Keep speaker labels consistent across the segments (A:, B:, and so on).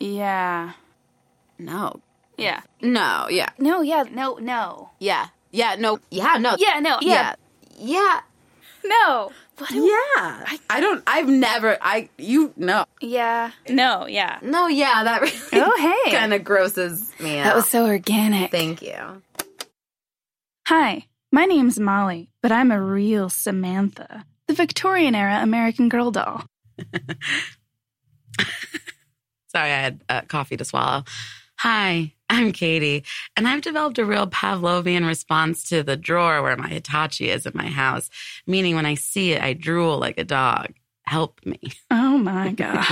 A: Yeah.
B: No.
A: Yeah.
B: No, yeah.
A: No, yeah. No, no.
B: Yeah. Yeah, no. Yeah, no.
A: Yeah, no, yeah.
B: Yeah.
A: No. What
B: Yeah. I, I don't I've never I you no.
A: Yeah. No, yeah.
B: No, yeah, that really
A: Oh, hey.
B: kind of grosses me out.
A: That was so organic.
B: Thank you.
A: Hi, my name's Molly, but I'm a real Samantha, the Victorian era American girl doll.
B: Sorry, I had uh, coffee to swallow. Hi, I'm Katie, and I've developed a real Pavlovian response to the drawer where my Hitachi is in my house, meaning when I see it, I drool like a dog. Help me.
A: Oh my God.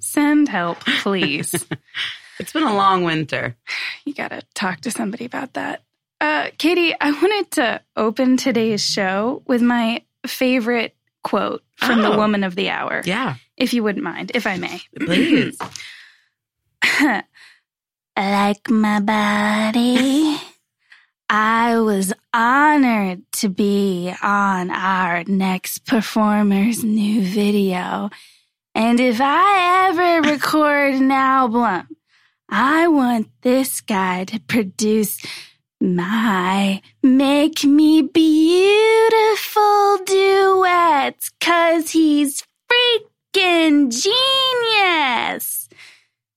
A: Send help, please.
B: It's been a long winter.
A: You got to talk to somebody about that. Uh, Katie, I wanted to open today's show with my favorite quote from the
B: Oh.
A: woman of the hour,
B: Yeah,
A: if you wouldn't mind, if I may.
B: please.
A: like my body. I was honored to be on our next performer's new video. And if I ever record an album, I want this guy to produce my Make Me Beautiful duets, cause he's freaking genius.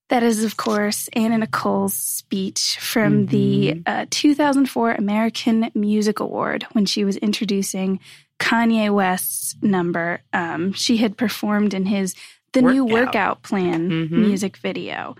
A: That is, of course, Anna Nicole's speech from the uh, 2004 American Music Award when she was introducing Kanye West's number. Um, she had performed in his The New
B: Workout.
A: Workout Plan
B: Mhm.
A: music video.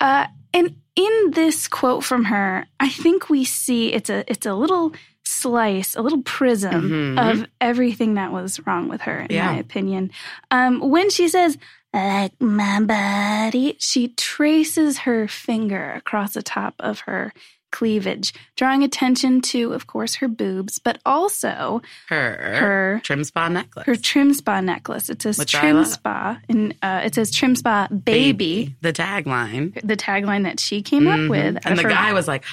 A: Uh, and in this quote from her, I think we see it's a it's a little slice, a little prism
B: Mhm.
A: of everything that was wrong with her, in
B: Yeah.
A: my opinion. Um, when she says, like my body, she traces her finger across the top of her cleavage, drawing attention to, of course, her boobs, but also
B: Her,
A: her
B: trim spa necklace.
A: her trim spa necklace. It says
B: Which I
A: trim
B: love.
A: spa, and uh, it says trim spa baby.
B: The tagline.
A: The tagline that she came
B: Mhm.
A: up with, out
B: And
A: of
B: the
A: her-
B: guy was like,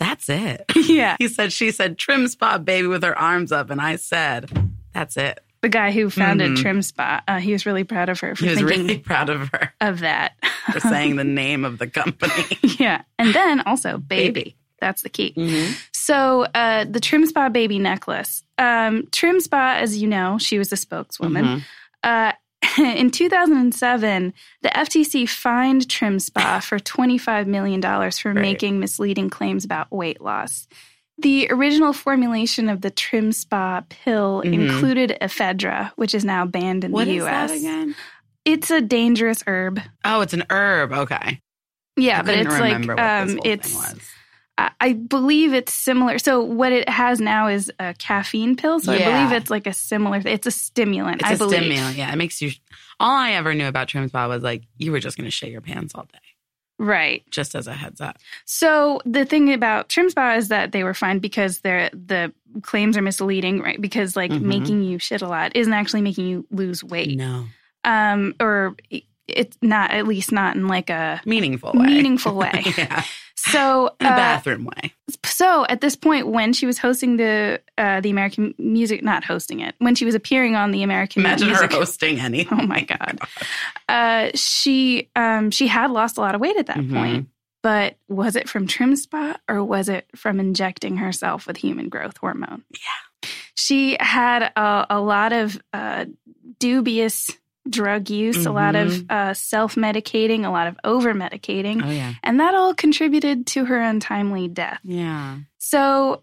B: that's it.
A: yeah,
B: He said, she said, trim spa baby with her arms up. And I said, that's it.
A: the guy who founded
B: Mhm.
A: trim spa. Uh, he was really proud of her for
B: He was
A: thinking
B: really proud of her
A: of that.
B: for saying the name of the company.
A: yeah, and then also baby.
B: Baby. Mm.
A: That's the key. So uh, the Trim Spa baby necklace. Um, Trim Spa, as you know, she was a spokeswoman.
B: Mhm.
A: Uh, in 2007, the FTC fined Trim Spa for $25 million for
B: Right.
A: making misleading claims about weight loss. The original formulation of the Trim Spa pill
B: Mhm.
A: included ephedra, which is now banned in
B: What
A: the
B: is
A: U.S.
B: that again?
A: It's a dangerous herb.
B: Oh, it's an herb. Okay.
A: Yeah,
B: I
A: but
B: couldn't
A: it's like
B: remember what this
A: um,
B: whole thing
A: it's
B: was.
A: I- I believe it's similar. So what it has now is a caffeine pill. So I
B: Yeah.
A: believe it's like a similar. It's a stimulant.
B: It's
A: I
B: a
A: believe.
B: stimulant. Yeah, it makes you. All I ever knew about trim spa was like you were just going to shit your pants all day.
A: Right.
B: Just as a heads up.
A: So the thing about Trim Spa is that they were fined because they're the claims are misleading. Right. Because like
B: Mhm.
A: making you shit a lot isn't actually making you lose weight.
B: No
A: Um. Or it- it's not at least not in like a
B: meaningful way.
A: meaningful way.
B: yeah,
A: so
B: in a
A: uh,
B: bathroom way.
A: so at this point when she was hosting the uh, the American music not hosting it when she was appearing on the American
B: Imagine her
A: music
B: hosting any.
A: Oh my god. Uh, she um, she had lost a lot of weight at that
B: Mhm.
A: point, but was it from trim spa or was it from injecting herself with human growth hormone? Yeah, she had a, a lot of uh, dubious drug use, a lot of uh, self medicating, a lot of over medicating,
B: Oh yeah,
A: and that all contributed to her untimely death.
B: yeah.
A: So,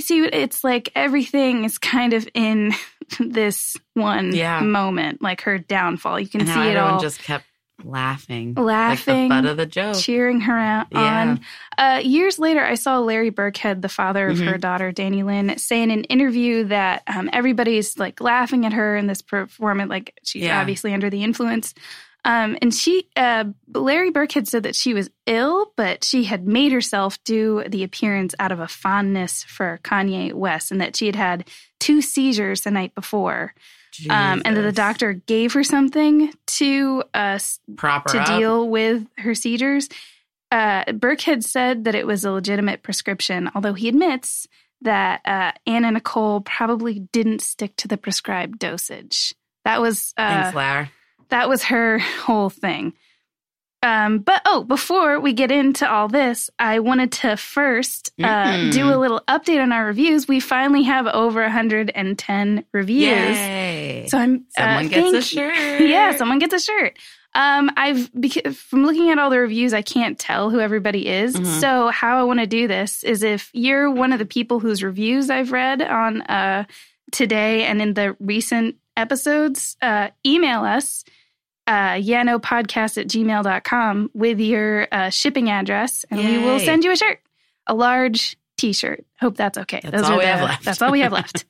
A: see, it's like everything is kind of in this one
B: Yeah.
A: moment, like her downfall. You can
B: And how
A: see it
B: everyone
A: all
B: just kept laughing,
A: laughing,
B: like the butt of the joke.
A: cheering her out
B: Oh. Yeah.
A: on. Uh, years later, I saw Larry Burkhead, the father of
B: Mm-hmm.
A: her daughter, Danny Lynn, say in an interview that um, everybody's like laughing at her in this performance. Like she's
B: Yeah.
A: obviously under the influence. Um, and she, uh, Larry Burkhead said that she was ill, but she had made herself do the appearance out of a fondness for Kanye West and that she had had two seizures the night before. Um, and that the
B: Jesus.
A: doctor gave her something to uh, s-
B: proper
A: to
B: up.
A: deal with her seizures. Uh, Burke had said that it was a legitimate prescription, although he admits that uh, Anna Nicole probably didn't stick to the prescribed dosage. That was uh,
B: Thanks, Lar.
A: that was her whole thing. Um, but oh, before we get into all this, I wanted to first uh,
B: Mm-mm.
A: do a little update on our reviews. We finally have over 110 reviews.
B: Yay.
A: So I'm uh,
B: Someone gets
A: thank
B: a
A: you.
B: shirt.
A: yeah, someone gets a shirt. Um, I've because from looking at all the reviews, I can't tell who everybody is.
B: Mhm.
A: So how I want to do this is if you're one of the people whose reviews I've read on uh, today and in the recent episodes, uh, email us uh, yanopodcast at gmail.com with your uh, shipping address, and we will
B: Yay.
A: send you a shirt, a large T-shirt. Hope that's okay.
B: That's all
A: are
B: we
A: the-
B: have left.
A: That's all we have left.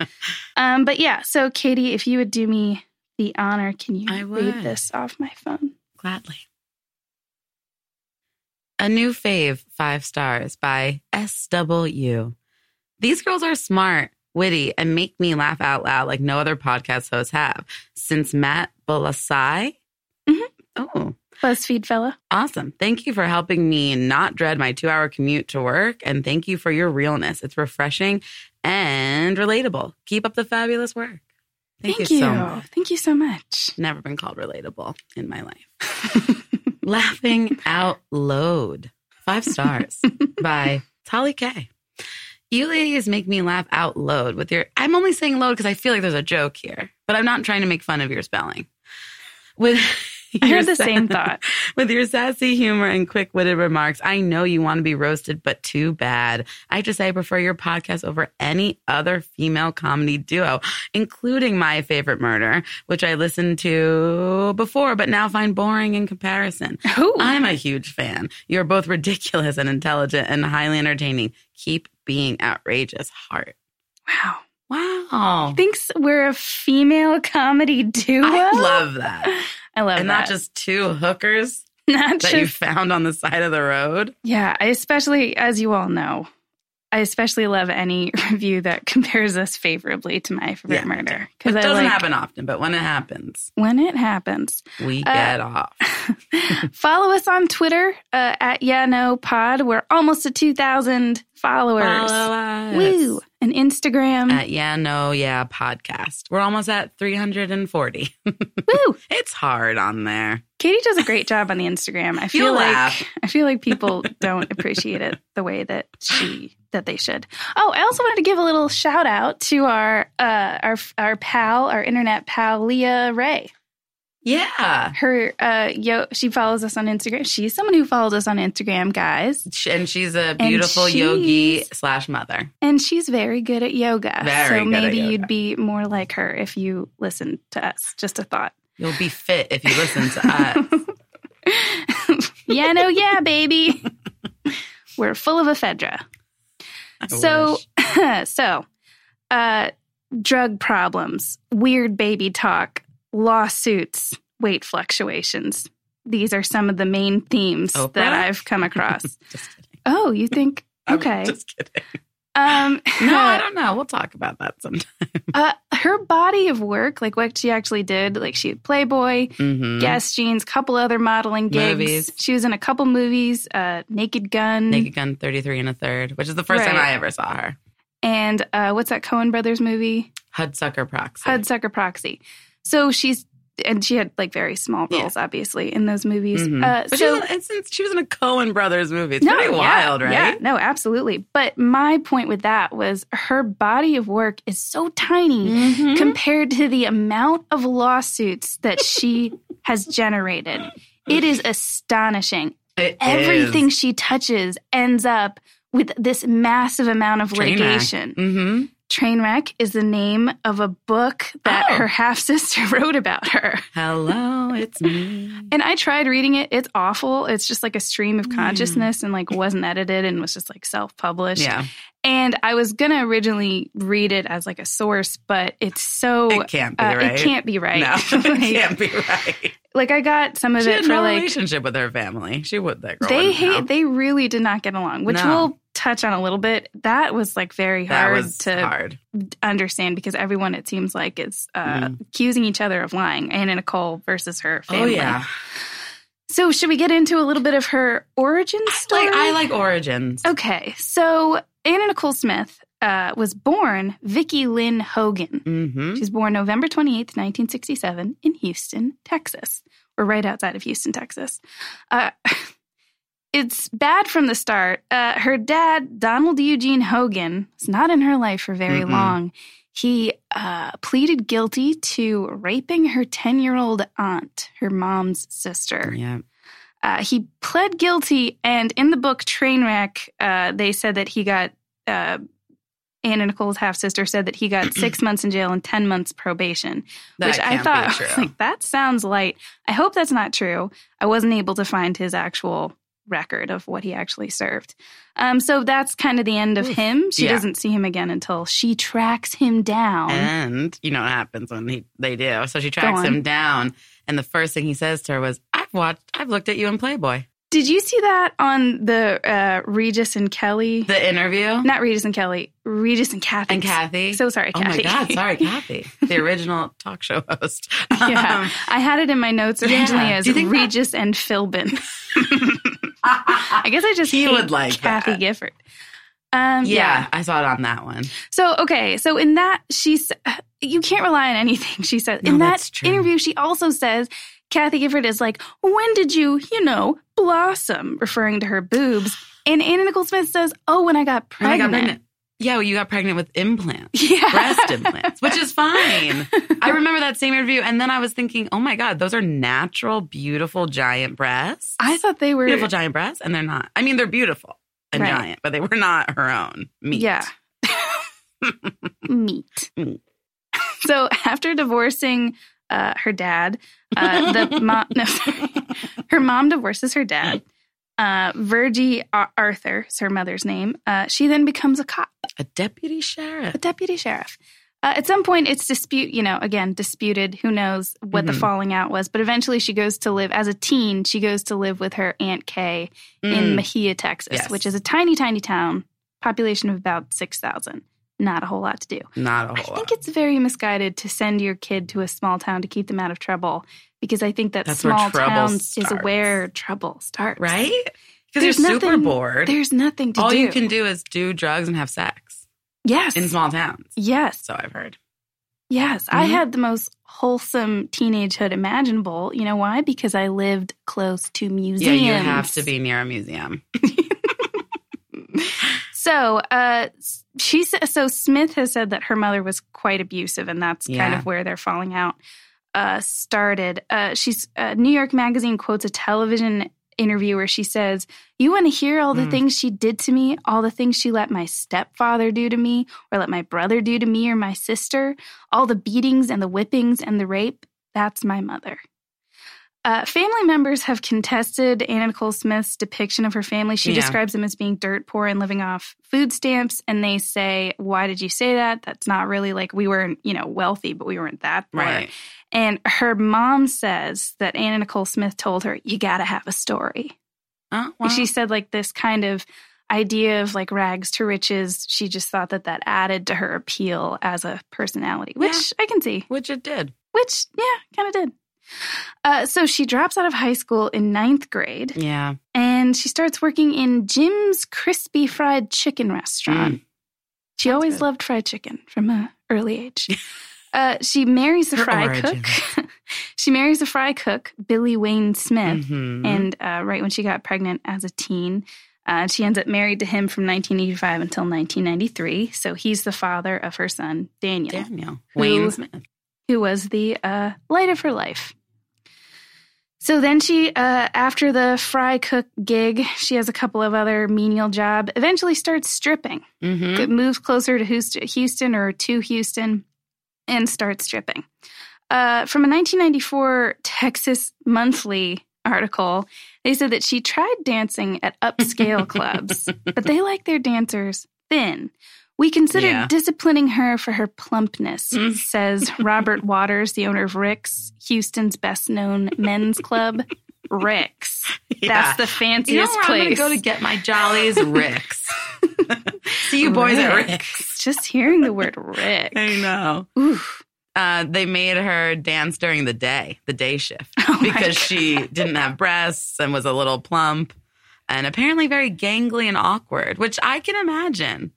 A: um, but yeah, so Katie, if you would do me the honor. Can you
B: I
A: read
B: would.
A: this off my phone?
B: Gladly. A new fave, five stars by SW. These girls are smart, witty, and make me laugh out loud like no other podcast hosts have. Since Matt Bolasai.
A: Mhm.
B: Oh,
A: BuzzFeed fella.
B: Awesome. Thank you for helping me not dread my two hour commute to work. And thank you for your realness. It's refreshing and relatable. Keep up the fabulous work. Thank, you, so much.
A: Thank you so much.
B: Never been called relatable in my life. Laughing Out Loud. Five stars by Tolly K. You ladies make me laugh out loud with your. I'm only saying load because I feel like there's a joke here, but I'm not trying to make fun of your spelling. With
A: I
B: your
A: heard the
B: sa-
A: same thought.
B: with your sassy humor and quick witted remarks, I know you want to be roasted, but too bad. I have to say, I prefer your podcast over any other female comedy duo, including My Favorite Murder, which I listened to before, but now find boring in comparison.
A: Ooh.
B: I'm a huge fan. You're both ridiculous and intelligent and highly entertaining. Keep being outrageous, heart.
A: wow.
B: Wow.
A: Thinks we're a female comedy duo.
B: I love that.
A: I love
B: And
A: that.
B: not just two hookers
A: not
B: that you
A: just
B: found on the side of the road.
A: yeah. I especially, as you all know, I especially love any review that compares us favorably to my favorite
B: Yeah, me
A: murder
B: It
A: I
B: doesn't
A: like
B: happen often, but when it happens,
A: when it happens.
B: we
A: Uh,
B: get off.
A: Follow us on Twitter uh, at Yeah No Pod. We're almost at two thousand followers.
B: Follow us
A: Woo! And Instagram.
B: at Yeah No Yeah podcast. We're almost at 340.
A: Woo!
B: It's hard on there.
A: Katie does a great job on the Instagram. I feel
B: You'll
A: like
B: laugh.
A: I feel like people don't appreciate it the way that she that they should. Oh, I also wanted to give a little shout out to our uh, our our pal, our internet pal Leah Ray.
B: Yeah.
A: Her uh, yo, she follows us on Instagram. She's someone who follows us on Instagram, guys,
B: Sh- And she's a beautiful
A: she's-
B: yogi slash mother.
A: and she's very good at yoga.
B: Very
A: so
B: good at
A: maybe
B: yoga.
A: you'd be more like her if you listened to us. Just a thought.
B: You'll be fit if you listen to uh, us.
A: yeah, no, yeah, baby. We're full of ephedra.
B: I
A: So,
B: wish.
A: so, uh, drug problems, weird baby talk, lawsuits, weight fluctuations. These are some of the main themes
B: Oprah?
A: that I've come across.
B: just kidding.
A: oh, you think?
B: I'm
A: Okay.
B: just kidding.
A: Um,
B: No, I don't know. We'll talk about that sometime.
A: uh, her body of work, like what she actually did, like she had Playboy,
B: Mhm.
A: Guess Jeans, couple other modeling gigs.
B: Movies.
A: She was in a couple movies, uh, Naked Gun,
B: Naked Gun 33 and a third, which is the first time
A: Right.
B: I ever saw her.
A: and uh, what's that Cohen Brothers movie?
B: Hudsucker Proxy.
A: Hudsucker Proxy. So she's and she had like very small
B: Yeah.
A: roles, obviously, in those movies.
B: Mhm.
A: Uh,
B: But she
A: so
B: was in, since she was in a Cohen Brothers movie. It's pretty
A: yeah,
B: wild, right?
A: Yeah, no, absolutely. But my point with that was her body of work is so tiny
B: Mhm.
A: compared to the amount of lawsuits that she has generated. It is astonishing.
B: It
A: Everything she touches ends up with this massive amount of
B: Train wreck.
A: litigation.
B: Mm-hmm.
A: Trainwreck is the name of a book that
B: Oh.
A: her half sister wrote about her.
B: Hello, it's me.
A: And I tried reading it. It's awful. It's just like a stream
B: Hmm.
A: of consciousness and like wasn't edited and was just like self published.
B: yeah,
A: And I was going to originally read it as like a source, but it's so.
B: it can't be
A: uh,
B: right.
A: It can't be right.
B: No,
A: like,
B: it can't be right.
A: like, I got some of
B: She
A: it
B: had
A: for
B: no
A: like
B: relationship with her family. She would that girl.
A: they
B: wouldn't
A: hate.
B: know.
A: They really did not get along, which
B: No.
A: we'll touch on a little bit. That was like very
B: That
A: hard
B: was
A: to
B: hard.
A: understand because everyone it seems like is uh, accusing each other of lying. Anna Nicole versus her
B: Mm-hmm. Oh
A: family.
B: yeah,
A: So should we get into a little bit of her origin story?
B: like I like origins.
A: Okay, so Anna Nicole Smith uh, was born Vicki Lynn Hogan.
B: Mm-hmm.
A: She's born November 28th, 1967, in Houston, Texas, or right outside of Houston, Texas. Uh, it's bad from the start. Uh, her dad, Donald Eugene Hogan, is not in her life for very
B: Mm-mm.
A: long. He uh, pleaded guilty to raping her 10 year old aunt, her mom's sister.
B: Yeah.
A: Uh, he pled guilty, and in the book Trainwreck, uh, they said that he got uh, Anna Nicole's half sister said that he got six months in jail and ten months probation,
B: That
A: which I
B: can't
A: thought
B: be
A: I was
B: true.
A: like that sounds light. I hope that's not true. I wasn't able to find his actual record of what he actually served. Um, so that's kind of the end of
B: Oof.
A: him. She
B: Yeah.
A: doesn't see him again until she tracks him down.
B: And you know what happens when he, they do. So she tracks
A: on.
B: him down, and the first thing he says to her was, "I've watched, I've looked at you in Playboy."
A: Did you see that on the uh, Regis and Kelly?
B: The interview
A: not Regis and Kelly, Regis and Kathy.
B: and Kathy.
A: So sorry,
B: oh
A: Kathy.
B: my God, sorry, Kathy, the original talk show host.
A: yeah, I had it in my notes
B: Yeah.
A: originally as
B: Do you think that-
A: Regis and Philbin. I
B: Um,
A: guess I just
B: He
A: hate
B: would like
A: Kathy
B: that.
A: Gifford. Um,
B: yeah, I saw it on that one.
A: So okay, so in that she, s- you can't rely on anything she says.
B: No,
A: in
B: that's
A: that
B: true.
A: interview, she also says Kathy Gifford is like, "When did you, you know, blossom?" referring to her boobs. And Anna Nicole Smith says, "Oh, when I got
B: When I
A: pregnant."
B: got pregnant. Yeah, well, you got pregnant with implants,
A: Yeah.
B: breast implants, which is fine. I remember that same interview, and then I was thinking, oh my God, those are natural, beautiful, giant breasts.
A: I thought they were
B: beautiful giant breasts, and they're not. I mean, they're beautiful and
A: Right.
B: giant, but they were not her own meat.
A: Yeah. Meat.
B: Meat.
A: so after divorcing uh, her dad, uh, the mom, no, sorry. her mom divorces her dad. Uh, Virgie Ar- Arthur is her mother's name. Uh, she then becomes a cop,
B: a deputy
A: a
B: sheriff.
A: deputy sheriff. Uh, at some point, it's dispute, you know, again, disputed. Who knows what the
B: Mhm.
A: falling out was? But eventually, she goes to live as a teen. She goes to live with her aunt Kay in
B: Mm.
A: Mejia, Texas,
B: Yes.
A: which is a tiny, tiny town, population of about 6,000. Not a whole lot to do.
B: not a
A: I
B: whole lot.
A: think it's very misguided to send your kid to a small town to keep them out of trouble because I think that
B: That's where
A: small
B: trouble
A: towns is
B: starts.
A: where trouble starts.
B: right? Because
A: There's
B: you're super
A: nothing-
B: bored.
A: There's nothing to
B: All
A: do.
B: you can do is do drugs and have sex
A: yes.
B: in small towns.
A: yes.
B: So I've heard.
A: Yes. I
B: Mhm.
A: had the most wholesome teenagehood imaginable. You know why? Because I lived close to museums.
B: Yeah, you have to be near a museum.
A: So, uh, she sa- so Smith has said that her mother was quite abusive, and that's kind
B: Yeah.
A: of where their falling out uh, started. Uh, she's uh, New York Magazine quotes a television interview where she says, "You want to hear all the
B: Mm.
A: things she did to me, all the things she let my stepfather do to me, or let my brother do to me, or my sister, all the beatings and the whippings and the rape. That's my mother." Uh, family members have contested Anna Nicole Smith's depiction of her family. She
B: Yeah.
A: describes them as being dirt poor and living off food stamps. And they say, Why did you say that? That's not really like we weren't, you know, wealthy, but we weren't that poor.
B: Right.
A: And her mom says that Anna Nicole Smith told her, You got to have a story.
B: Uh, well,
A: She said, like, this kind of idea of like rags to riches. She just thought that that added to her appeal as a personality, which I can see
B: which it did.
A: which yeah kind of did uh, so she drops out of high school in ninth grade
B: Yeah.
A: and she starts working in jim's crispy fried chicken restaurant she
B: Sounds
A: always
B: Mm. good.
A: loved fried chicken from an early age uh, she marries a
B: Her
A: fry cook she marries a fry cook billy wayne smith
B: Mhm.
A: and uh, right when she got pregnant as a teen uh, she ends up married to him from 1985 until 1993 so he's the father of her son daniel
B: Daniel.
A: Who-
B: Wayne Smith.
A: who was the uh, light of her life. So then she, uh, after the fry cook gig, she has a couple of other menial job. Eventually, starts stripping.
B: hmm
A: It moves closer to Houst- Houston or to Houston, and starts stripping. Uh, from a 1994 Texas Monthly article, they said that she tried dancing at upscale clubs, but they like their dancers thin. We considered
B: Yeah.
A: disciplining her for her plumpness,
B: Mm.
A: says Robert Waters, the owner of Rick's, Houston's best known men's club. Rick's. That's the
B: you know
A: fanciest
B: where I'm gonna
A: place.
B: go to get my jollies, Rick's. See you boys at
A: Rick's.
B: Rick's.
A: Just hearing the word Rick.
B: I know.
A: Oof.
B: Uh, they made her dance during the day, the day shift,
A: Oh my
B: because she didn't have breasts and was a little plump, and apparently very gangly and awkward, which I can imagine.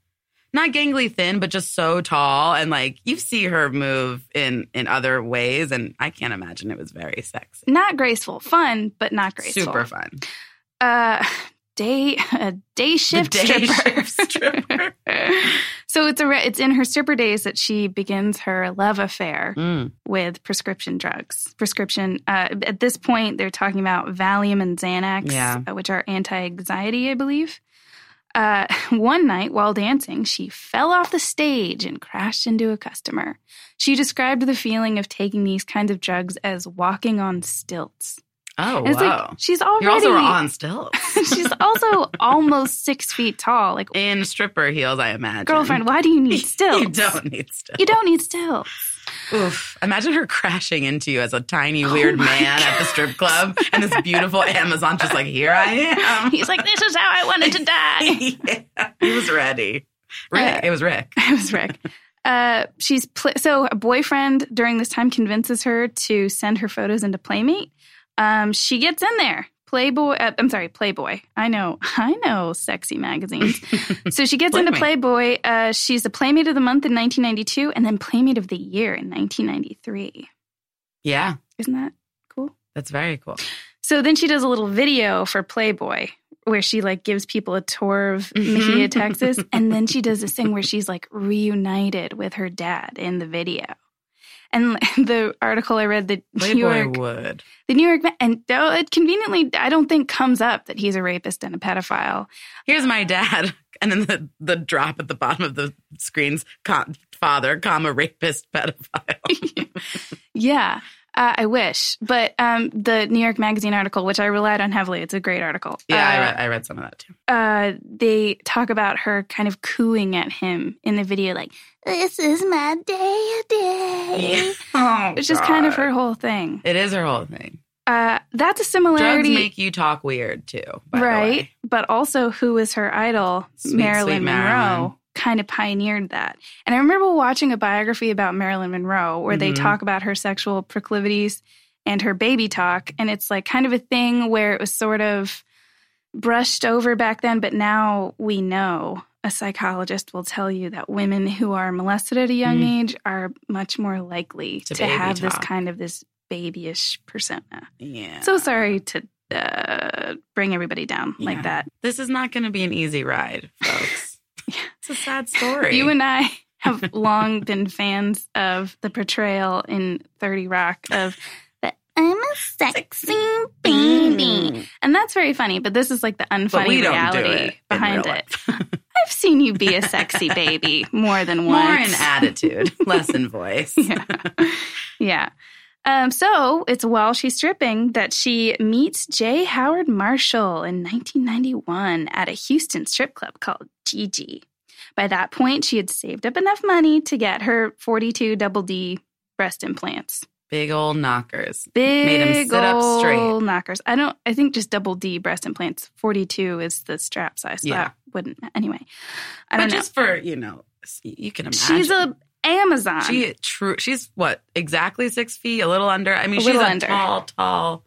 B: not gangly thin, but just so tall. And like you see her move in in other ways, and I can't imagine it was very sexy.
A: Not graceful. Fun, but not graceful.
B: Super fun.
A: Uh, day a day
B: The
A: shift
B: day
A: stripper.
B: shift stripper.
A: so it's a re- it's in her stripper days that she begins her love affair
B: Mm.
A: with prescription drugs. Prescription. Uh, at this point, they're talking about Valium and Xanax,
B: Yeah.
A: uh, which are anti-anxiety, I believe. Uh, one night while dancing, she fell off the stage and crashed into a customer. She described the feeling of taking these kinds of drugs as walking on stilts.
B: Oh
A: And it's
B: wow!
A: like she's already
B: you also were on stilts
A: she's also almost six feet tall. Like
B: in stripper heels, I imagine.
A: girlfriend, why do you need stilts?
B: you don't need stilts.
A: You don't need stilts.
B: Oof. Imagine her crashing into you as a tiny,
A: Oh
B: weird
A: my
B: man at the
A: God.
B: strip club and this beautiful Amazon just like, here I am.
A: He's like, this is how I wanted to die.
B: Yeah. He was ready. Rick. It was Rick.
A: I was Rick. Uh, she's pl- so a boyfriend during this time convinces her to send her photos into Playmate. Um, she gets in there. Playboy, uh, I'm sorry, Playboy. I know, I know, sexy magazines. so she gets into Playboy. Uh, she's the Playmate of the Month in 1992, and then Playmate of the Year in 1993.
B: Yeah.
A: Isn't that cool?
B: That's very cool.
A: So then she does a little video for Playboy where she like gives people a tour of Mejia,
B: Mhm.
A: Texas, and then she does this thing where she's like reunited with her dad in the video. And the article I read, the New
B: Playboy
A: York,
B: would.
A: the New York, and though it conveniently, I don't think comes up that he's a rapist and a pedophile.
B: Here's my dad. And then the, the drop at the bottom of the screens, com, father, comma, rapist, pedophile.
A: Yeah, uh, I wish. But um, the New York Magazine article, which I relied on heavily, it's a great article.
B: yeah, I,
A: Uh,
B: read, I read some of that too.
A: uh, they talk about her kind of cooing at him in the video, like, this is my day day.
B: Oh,
A: It's just kind of
B: God.
A: her whole thing.
B: It is her whole thing.
A: Uh, that's a
B: Drugs
A: similarity,
B: make you talk weird too. by the way.
A: right? But also, who was her idol?
B: Sweet,
A: Marilyn
B: sweet
A: Monroe
B: Marilyn.
A: kind of pioneered that. And I remember watching a biography about Marilyn Monroe where they
B: Mhm.
A: talk about her sexual proclivities and her baby talk. And it's like kind of a thing where it was sort of brushed over back then, but now we know a psychologist will tell you that women who are molested at a young
B: Mm.
A: age are much more likely
B: To
A: to,
B: baby
A: have this
B: talk.
A: kind of this babyish persona.
B: Yeah.
A: So sorry to uh, bring everybody down
B: Yeah.
A: like that.
B: this is not going to be an easy ride, folks.
A: Yeah.
B: It's a sad story.
A: You and I have long been fans of the portrayal in 30 Rock of the I'm a sexy baby. And that's very funny, but this is like the unfunny
B: But we don't do
A: reality
B: it in
A: behind
B: real
A: it. I've seen you be a sexy baby more than once.
B: more in attitude, less in voice.
A: yeah. yeah. Um, so it's while she's stripping that she meets J. Howard Marshall in 1991 at a Houston strip club called Gigi. By that point, she had saved up enough money to get her 42 double D breast implants.
B: Big old knockers.
A: Big
B: him sit up straight.
A: ol' knockers. I don't. I think just double D breast implants. 42 is the strap size. So
B: Yeah.
A: That wouldn't anyway. I
B: But
A: don't know.
B: just for you know, you can imagine.
A: She's a Amazon.
B: she true. She's what exactly six feet, a little under. I mean,
A: A
B: she's
A: little
B: a
A: under.
B: tall, tall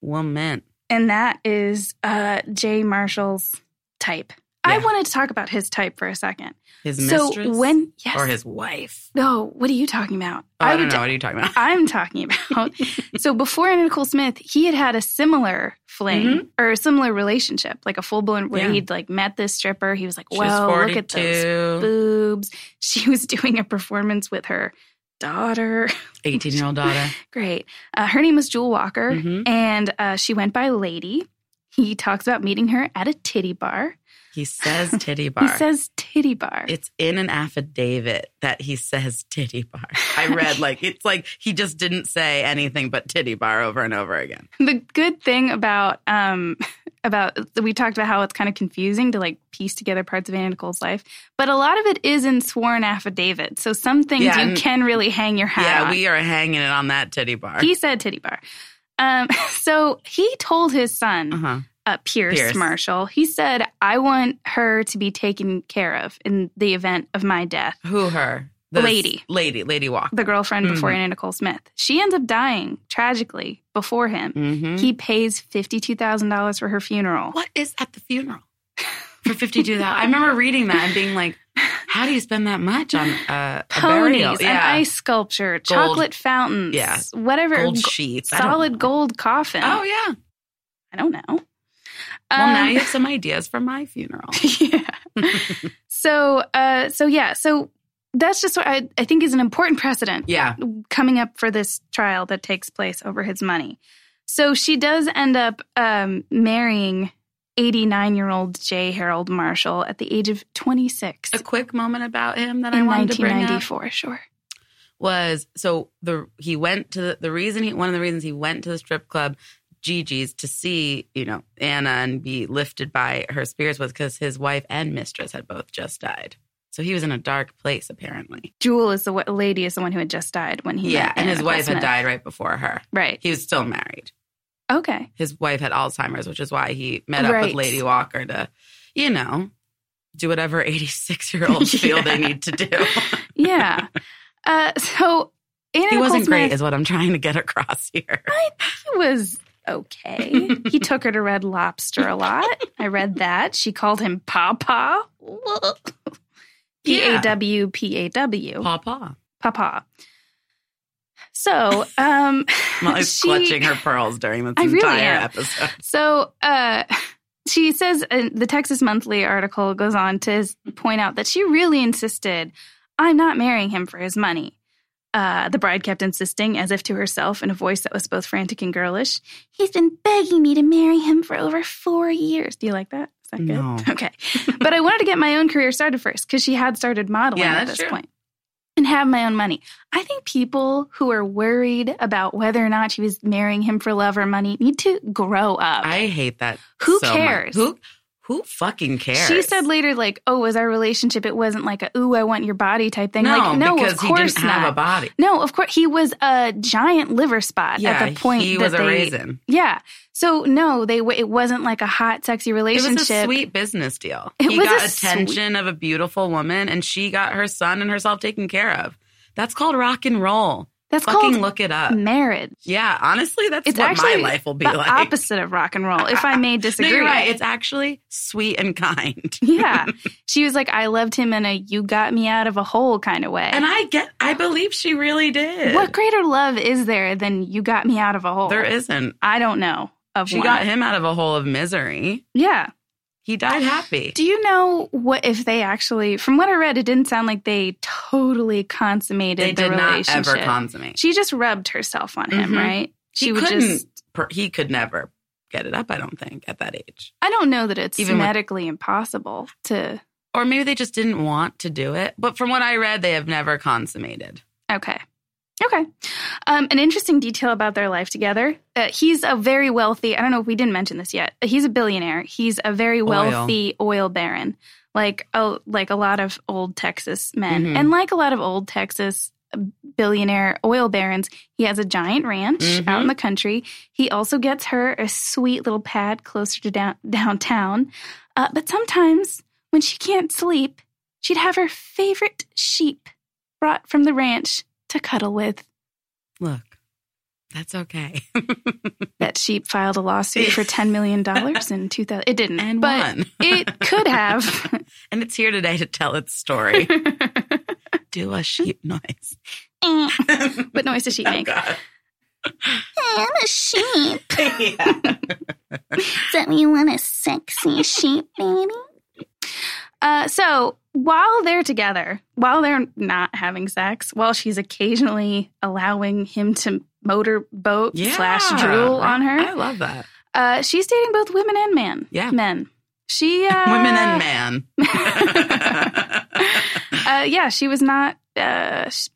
B: woman.
A: and that is uh, Jay Marshall's type. I
B: Yeah.
A: wanted to talk about his type for a second.
B: His
A: so
B: mistress
A: when yes,
B: or his wife.
A: no, what are you talking about?
B: Oh, I, don't
A: would-
B: know. What are you talking about?
A: I'm talking about. so before Nicole Smith, he had had a similar fling or a similar relationship, like a full blown where
B: Mm-hmm. Yeah.
A: he'd like met this stripper. He was like,
B: She's
A: "Well, look at those
B: 42,
A: boobs." She was doing a performance with her daughter.
B: 18 year old daughter.
A: Great. Uh, her name was Jewel Walker,
B: Mhm.
A: and uh, she went by Lady. He talks about meeting her at a titty bar.
B: He says titty bar.
A: He says titty bar.
B: It's in an affidavit that he says titty bar. I read like it's like he just didn't say anything but titty bar over and over again.
A: the good thing about um about we talked about how it's kind of confusing to like piece together parts of Anna Nicole's life, but a lot of it is in sworn affidavits. So some things
B: Yeah,
A: you
B: and-
A: can really hang your hat
B: Yeah,
A: on.
B: we are hanging it on that titty bar.
A: he said titty bar. Um, so he told his son,
B: uh-huh.
A: uh, Pierce,
B: Pierce.
A: Marshall, he said, "I want her to be taken care of in the event of my death."
B: Who her?
A: Lady.
B: Lady. Lady Walker.
A: The girlfriend before
B: Mhm.
A: Anna Nicole Smith, she ends up dying tragically before him.
B: hmm
A: He pays fifty two thousand dollars for her funeral.
B: What is at the funeral? For fifty two thousand. I remember reading that and being like, How do you spend that much on uh, a
A: Ponies,
B: burial?
A: an ice sculpture, chocolate fountains,
B: Yeah.
A: whatever,
B: gold
A: g-
B: sheets. I don't-
A: solid gold coffin.
B: Oh yeah.
A: I don't know.
B: Well, now
A: Um,
B: you have some ideas for my funeral.
A: yeah. so, uh, so yeah, so that's just what I, I think is an important precedent
B: Yeah.
A: coming up for this trial that takes place over his money. So she does end up um, marrying 89 year old J. Harold Marshall at the age of 26
B: A quick moment about him that I
A: in
B: wanted to bring up
A: 1994. Sure.
B: was so the he went to the, the reason he one of the reasons he went to the strip club Gigi's to see you know Anna and be lifted by her spirits was because his wife and mistress had both just died. So he was in a dark place apparently.
A: Jewel is the wa- lady is the one who had just died when he
B: yeah,
A: met
B: and his
A: Anna
B: wife
A: Nicole
B: had
A: Smith.
B: died right before her.
A: right
B: He was still married.
A: okay
B: his wife had Alzheimer's, which is why he met up
A: Right.
B: with Lady Walker to, you know, do whatever 86 year olds feel they
A: Yeah.
B: need to do.
A: yeah uh, so Anna
B: he
A: Nicole
B: wasn't great,
A: Smith,
B: is what I'm trying to get across here.
A: he was okay he took her to Red Lobster a lot I read that she called him Papa P A
B: Yeah.
A: W P A W
B: Papa.
A: Papa so um
B: Molly's
A: She-
B: clutching her pearls during this
A: I really
B: entire
A: am.
B: episode.
A: So uh, she says uh, the Texas Monthly article goes on to s- point out that she really insisted, I'm not marrying him for his money. Uh, the bride kept insisting, as if to herself, in a voice that was both frantic and girlish, He's been begging me to marry him for over four years. Do you like that? Is that good?
B: No.
A: Okay. but I wanted to get my own career started first because she had started modeling
B: Yeah,
A: at
B: that's
A: this
B: true.
A: point and have my own money. I think people who are worried about whether or not she was marrying him for love or money need to grow up.
B: I hate that.
A: Who
B: so much.
A: cares?
B: Who, who fucking cares?
A: She said later, like, oh, was our relationship, it wasn't like a, ooh, I want your body type thing.
B: no,
A: like, no,
B: because
A: of course
B: he didn't
A: not.
B: have a body.
A: no, of course. He was a giant liver spot
B: Yeah,
A: at the point
B: he
A: that
B: was
A: they,
B: a raisin.
A: Yeah. So, no, they w- it wasn't like a hot, sexy
B: It
A: relationship.
B: was a sweet business deal.
A: It
B: he
A: was
B: got
A: a
B: attention of a beautiful woman, and she got her son and herself taken care of. That's called rock and roll.
A: That's
B: Fucking
A: called
B: look it up.
A: marriage.
B: Yeah, honestly, that's
A: It's
B: what
A: actually
B: my life will be
A: the
B: like.
A: opposite of rock and roll, if I may
B: No,
A: disagree.
B: you're right. It's actually sweet and kind.
A: yeah. She was like, I loved him in a you got me out of a hole kind of way.
B: And I get, I believe she really did.
A: what greater love is there than you got me out of a hole?
B: There isn't.
A: I don't know. Of
B: She
A: one.
B: got him out of a hole of misery.
A: Yeah.
B: He died happy.
A: Do you know what if they actually? From what I read, it didn't sound like they totally consummated
B: They
A: the
B: did not
A: relationship.
B: ever consummate.
A: she just rubbed herself on him,
B: Mhm.
A: right? She
B: He
A: would
B: couldn't.
A: just.
B: Per- He could never get it up. I don't think at that age.
A: I don't know that it's
B: Even with-
A: medically impossible to.
B: or maybe they just didn't want to do it. But from what I read, they have never consummated.
A: Okay. Okay. Um, an interesting detail about their life together. Uh, he's a very wealthy, I don't know if we didn't mention this yet. He's a billionaire. He's a very wealthy oil, baron, like a, like a lot of old Texas men.
B: Mhm.
A: And like a lot of old Texas billionaire oil barons, he has a giant ranch
B: Mhm.
A: out in the country. He also gets her a sweet little pad closer to down, downtown. Uh, but sometimes when she can't sleep, she'd have her favorite sheep brought from the ranch to cuddle with.
B: Look, that's okay.
A: That sheep filed a lawsuit for $10 million in 2000. It didn't.
B: And
A: but
B: one.
A: it could have.
B: and it's here today to tell its story. do a sheep noise.
A: what noise does she
B: Oh,
A: make?
B: God.
A: I'm a sheep.
B: Yeah.
A: Don't you want a sexy sheep, baby? Uh, so while they're together, while they're not having sex, while she's occasionally allowing him to motorboat
B: Yeah.
A: slash drool on
B: I
A: her,
B: love that.
A: uh, she's dating both women and men.
B: Yeah.
A: men. She uh,
B: Women and man.
A: uh, yeah, she was not. Uh, sh-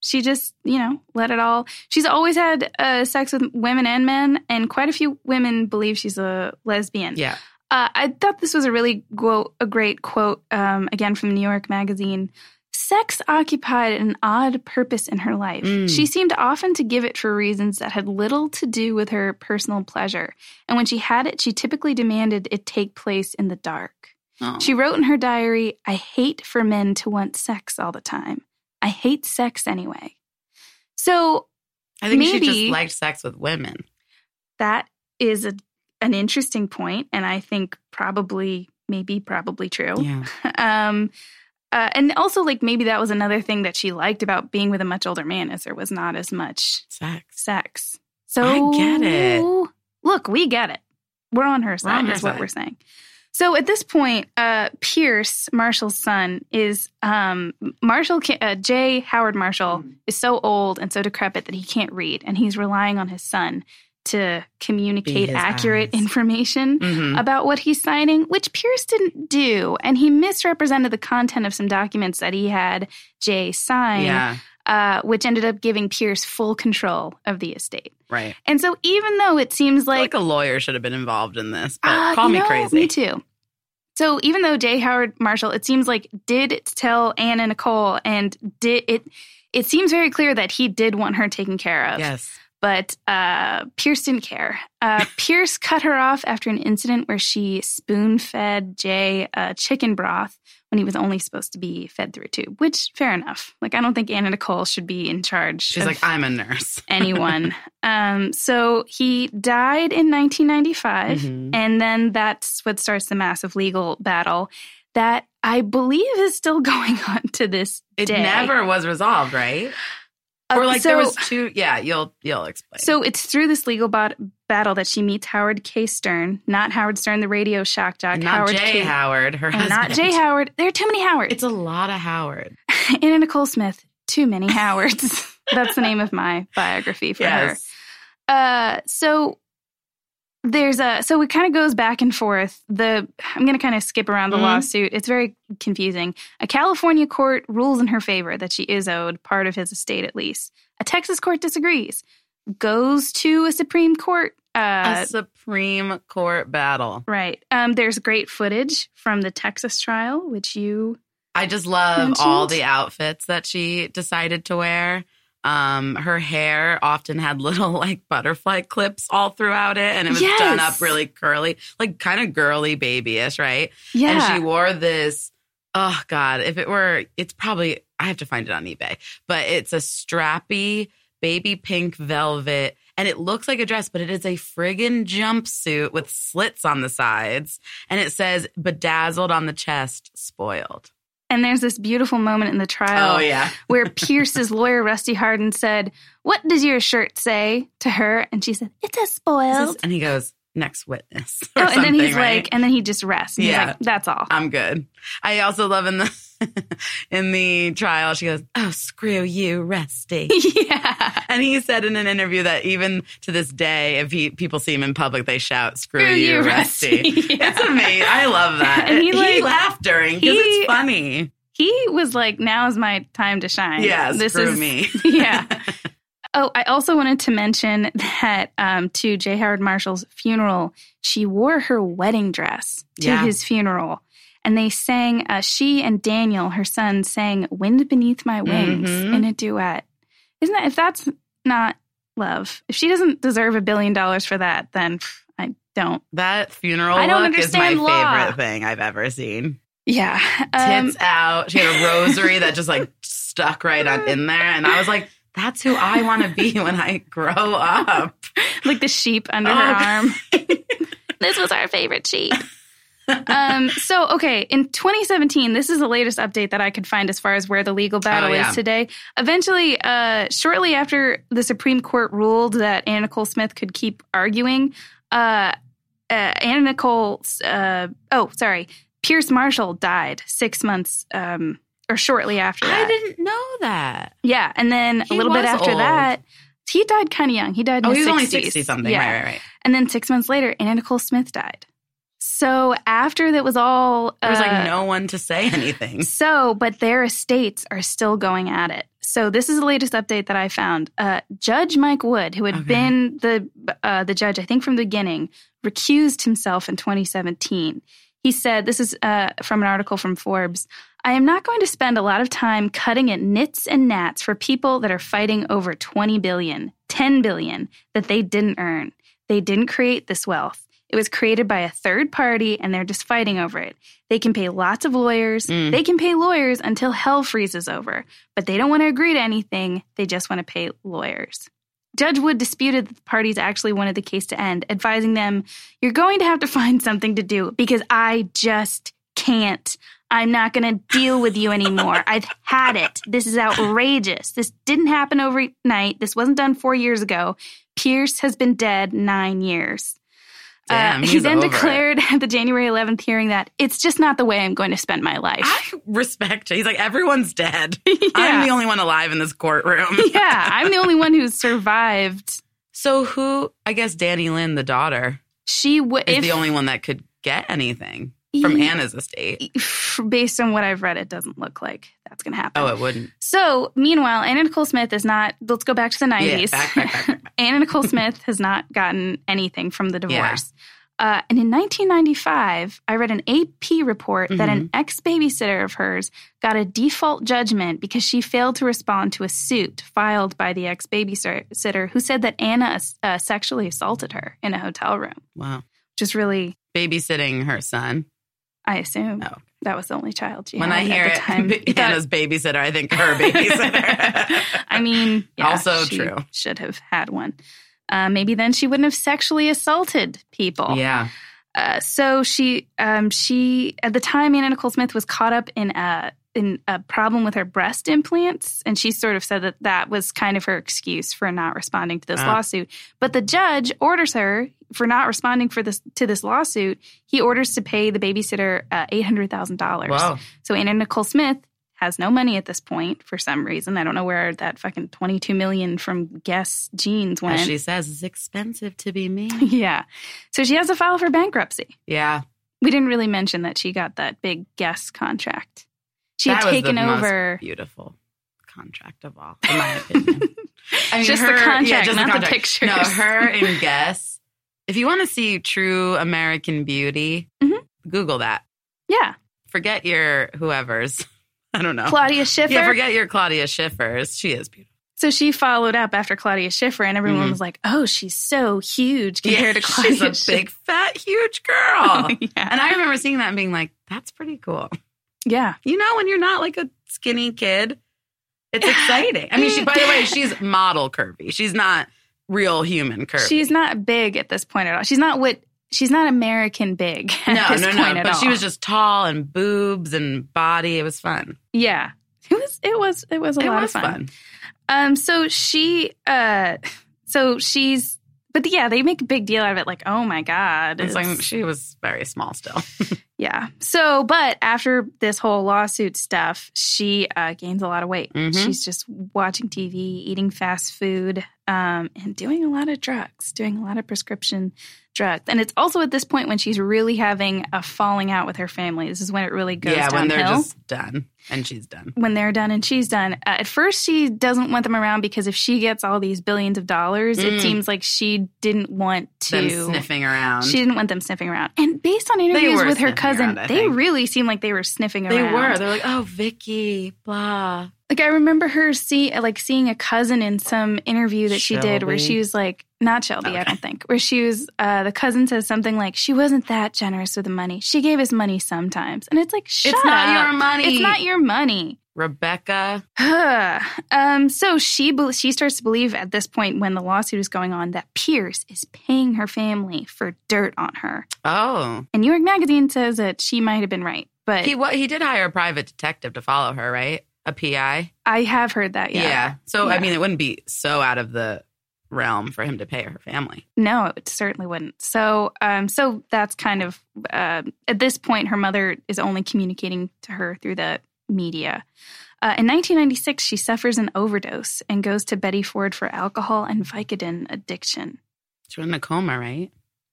A: she just, you know, let it all. She's always had uh, sex with women and men, and quite a few women believe she's a lesbian.
B: yeah.
A: Uh, I thought this was a really quote, a great quote um, again from New York Magazine. Sex occupied an odd purpose in her life.
B: Mm.
A: She seemed often to give it for reasons that had little to do with her personal pleasure. And when she had it, she typically demanded it take place in the dark.
B: Oh.
A: She wrote in her diary, I hate for men to want sex all the time. I hate sex anyway. So
B: I think she
A: maybe-
B: just liked sex with women.
A: that is a, an Oh. interesting point, and I think probably, maybe, probably true.
B: Yeah.
A: Um, Uh, and also, like, maybe that was another thing that she liked about being with a much older man is there was not as much
B: Sex.
A: sex. So
B: I get it.
A: Look, we get it. We're on her side,
B: on her
A: is what
B: side.
A: we're saying. So at this point, uh, Pierce Marshall's son is um, Marshall ca- uh, J. Howard Marshall
B: Hmm.
A: is so old and so decrepit that he can't read, and he's relying on his son to communicate
B: his
A: accurate
B: eyes.
A: information
B: Mhm.
A: about what he's signing, which Pierce didn't do, and he misrepresented the content of some documents that he had Jay sign,
B: Yeah.
A: uh, which ended up giving Pierce full control of the estate.
B: Right.
A: And so, even though it seems like,
B: Like, a lawyer should have been involved in this, but
A: Ah,
B: call
A: you
B: me
A: know,
B: crazy.
A: me too. So even though Jay Howard Marshall, it seems like did tell Anna Nicole, and did it. It seems very clear that he did want her taken care of,
B: Yes.
A: but uh, Pierce didn't care. Uh, Pierce cut her off after an incident where she spoon fed Jay uh, chicken broth when he was only supposed to be fed through a tube. Which fair enough. Like I don't think Anna Nicole should be in charge.
B: She's
A: of
B: like, "Ah." I'm a nurse.
A: anyone. um, so he died in 1995,
B: Mhm.
A: and then that's what starts the massive legal battle that I believe is still going on to this
B: It
A: day.
B: never was resolved, right?
A: Uh,
B: or like
A: so,
B: there was two. Yeah, you'll you'll explain.
A: So it's through this legal bot- battle that she meets Howard K. Stern, not Howard Stern, the radio shock jock.
B: and not
A: Howard
B: Jay
A: K.
B: Howard, her
A: and
B: husband.
A: not Jay Howard. There are too many Howards.
B: It's a lot of Howard.
A: Anna Nicole Smith. Too many Howards. That's the name of my biography for her.
B: Yes.
A: Uh, so there's a so it kind of goes back and forth. The I'm going to kind of skip around the
B: Mhm.
A: lawsuit. It's very confusing. A California court rules in her favor that she is owed part of his estate at least. A Texas court disagrees. Goes to a Supreme Court. Uh,
B: a Supreme Court battle.
A: right. Um, there's great footage from the Texas trial, which you
B: I just love all
A: Mentioned.
B: the outfits that she decided to wear. Um, her hair often had little like butterfly clips all throughout it, and it was done
A: Yes.
B: up really curly, like kind of girly, babyish, right?
A: yeah.
B: And she wore this. Oh God! If it were, it's probably I have to find it on eBay, but it's a strappy baby pink velvet, and it looks like a dress, but it is a friggin' jumpsuit with slits on the sides, and it says "bedazzled" on the chest, spoiled.
A: and there's this beautiful moment in the trial.
B: Oh, yeah,
A: where Pierce's lawyer, Rusty Hardin, said, What does your shirt say to her? And she said, It says
B: This
A: spoiled.
B: is- and he goes next witness.
A: Oh,
B: or
A: and then
B: something,
A: he's
B: right?
A: like, and then he just rests. And
B: Yeah.
A: He's like, That's all.
B: I'm good. I also love in the in the trial. She goes, "Oh, screw you, Rusty."
A: yeah.
B: And he said in an interview that even to this day, if he, people see him in public, they shout, "Screw
A: Screw
B: you,
A: you,
B: Rusty!"
A: Rusty. Yeah.
B: It's amazing. I love that.
A: And
B: and
A: he,
B: he,
A: like-
B: laughed during because
A: he-
B: it's funny.
A: He was like, Now is my time to shine.
B: Yeah,
A: This
B: screw
A: is
B: me.
A: yeah. Oh, I also wanted to mention that um, to J. Howard Marshall's funeral, she wore her wedding dress to
B: Yeah.
A: his funeral. And they sang, uh, she and Daniel, her son, sang Wind Beneath My Wings
B: Mhm.
A: in a duet. Isn't that, if that's not love, if she doesn't deserve a billion dollars for that, then pff, I don't.
B: That funeral
A: I don't
B: look is my
A: understand law.
B: favorite thing I've ever seen.
A: Yeah. Um,
B: Tits out. She had a rosary that just like stuck right on in there, and I was like, "That's who I want to be when I grow up."
A: like the sheep under
B: Oh,
A: her
B: God.
A: arm. this was our favorite sheep. um, so, okay, in 2017, this is the latest update that I could find as far as where the legal battle
B: Oh, yeah.
A: is today. Eventually, uh, shortly after the Supreme Court ruled that Anna Nicole Smith could keep arguing, uh, uh, Anna Nicole, uh, oh, sorry, Pierce Marshall died six months um, or shortly after that.
B: I didn't know that.
A: Yeah, and then a
B: He
A: little bit
B: was
A: after
B: old.
A: that, he died kind of young. He died in
B: Oh,
A: his
B: he was
A: 60s.
B: only sixty something.
A: Yeah.
B: Right, right, right.
A: And then six months later, Anna Nicole Smith died. So after that was all,
B: There was
A: uh,
B: like no one to say anything.
A: So, but their estates are still going at it. So this is the latest update that I found. Uh, judge Mike Wood, who had
B: Okay.
A: been the uh, the judge, I think from the beginning, recused himself in 2017. He said, "This is uh, from an article from Forbes. I am not going to spend a lot of time cutting at nits and gnats for people that are fighting over 20 billion, 10 billion that they didn't earn. They didn't create this wealth. It was created by a third party and they're just fighting over it. They can pay lots of lawyers.
B: Mm.
A: They can pay lawyers until hell freezes over, but they don't want to agree to anything. They just want to pay lawyers. Judge Wood disputed that the parties actually wanted the case to end, advising them, You're going to have to find something to do because I just can't. I'm not going to deal with you anymore. I've had it. This is outrageous. This didn't happen overnight. This wasn't done four years ago. Pierce has been dead nine years.
B: Damn,
A: uh, he
B: he's
A: then
B: over it.
A: declared at the January 11th hearing that it's just not the way I'm going to spend my life.
B: I respect it. He's like, everyone's dead.
A: Yeah.
B: I'm the only one alive in this courtroom.
A: yeah, I'm the only one who survived.
B: So who? I guess Danny Lynn, the daughter,
A: She would
B: is the only one that could get anything from Anna's estate.
A: Based on what I've read, it doesn't look like that's going to happen.
B: Oh, it wouldn't.
A: So, meanwhile, Anna Nicole Smith is not. Let's go back to the
B: Yeah,
A: nineties.
B: back, back, back, back.
A: Anna Nicole Smith has not gotten anything from the
B: Yeah.
A: divorce. Uh, and in 1995, I read an AP report that an
B: Mm-hmm.
A: ex babysitter of hers got a default judgment because she failed to respond to a suit filed by the ex babysitter who said that Anna uh, sexually assaulted her in a hotel room,
B: Wow.
A: which is really,
B: Babysitting her son.
A: I assume,
B: Oh.
A: that was the only child she
B: when
A: had
B: I hear
A: at the
B: it,
A: time.
B: b- Anna's babysitter, I think her babysitter.
A: I mean, yeah,
B: Also
A: she
B: true.
A: Should have had one. Uh, maybe then she wouldn't have sexually assaulted people.
B: yeah.
A: Uh, so she, um, she at the time, Anna Nicole Smith was caught up in a in a problem with her breast implants, and she sort of said that that was kind of her excuse for not responding to this
B: Ah.
A: lawsuit. But the judge orders her for not responding for this to this lawsuit. He orders to pay the babysitter uh, eight hundred thousand dollars.
B: Wow.
A: So Anna Nicole Smith has no money at this point for some reason. I don't know where that fucking 22 million from Guess Jeans went.
B: As she says, it's expensive to be me.
A: yeah. So she has to file for bankruptcy.
B: Yeah.
A: We didn't really mention that she got that big Guess contract. She
B: That
A: had
B: was
A: taken
B: the most
A: over.
B: beautiful contract of all, in my opinion. I mean,
A: Just the
B: her-
A: contract, not the
B: No,
A: pictures.
B: her and Guess. If you want to see true American beauty,
A: Mhm.
B: Google that.
A: yeah.
B: Forget your whoever's. I don't know.
A: Claudia Schiffer.
B: Oh. Yeah, forget your Claudia Schiffer's. She is beautiful.
A: so she followed up after Claudia Schiffer, and everyone
B: Mhm.
A: was like, oh, she's so huge compared to Claudia
B: she's a big, fat, huge girl.
A: Schiffer. yeah.
B: And I remember seeing that and being like, that's pretty cool.
A: yeah.
B: You know, when you're not like a skinny kid, it's exciting. I mean, she, by the way, she's model curvy. She's not real human curvy.
A: She's not big at this point at all. She's not what she's not American big at
B: no,
A: this
B: no,
A: point
B: no.
A: at
B: But
A: all.
B: she was just tall and boobs and body. It was fun.
A: yeah. It was it was it was a
B: it
A: lot
B: was
A: of fun. Um so she uh so she's but yeah, they make a big deal out of it like, "Oh my god."
B: It's
A: it's-
B: like she was very small still.
A: yeah. So, but after this whole lawsuit stuff, she uh, gains a lot of weight.
B: Mhm.
A: She's just watching TV, eating fast food, um, and doing a lot of drugs, doing a lot of prescription drugs. And it's also at this point when she's really having a falling out with her family. This is when it really goes
B: yeah, when they're
A: downhill.
B: just done and she's done.
A: when they're done and she's done. Uh, at first, she doesn't want them around because if she gets all these billions of dollars, it
B: Mm.
A: seems like she didn't want to.
B: Them sniffing around.
A: She didn't want them sniffing around. And based on interviews
B: were
A: with her
B: sniffing
A: cousin,
B: around, I
A: they
B: think.
A: really seemed like they were sniffing
B: they
A: around.
B: were. They're like, oh, Vicky, blah.
A: Like I remember her see like seeing a cousin in some interview that she did where
B: Shelby?
A: she was like not Shelby, I
B: Okay.
A: don't think. Where she was uh the cousin says something like she wasn't that generous with the money. She gave us money sometimes. And it's like shut
B: it's not
A: up.
B: your money.
A: It's not your money.
B: Rebecca.
A: um, so she bel she starts to believe at this point when the lawsuit is going on that Pierce is paying her family for dirt on her.
B: Oh,
A: And New York Magazine says that she might have been right, but
B: he wa he did hire a private detective to follow her, right? A PI.
A: I have heard that. Yeah.
B: So
A: Yeah.
B: I mean, it wouldn't be so out of the realm for him to pay her family.
A: No, it certainly wouldn't. So, um, so that's kind of uh, at this point, her mother is only communicating to her through the media. Uh, in 1996, she suffers an overdose and goes to Betty Ford for alcohol and Vicodin addiction.
B: She went in a coma, right?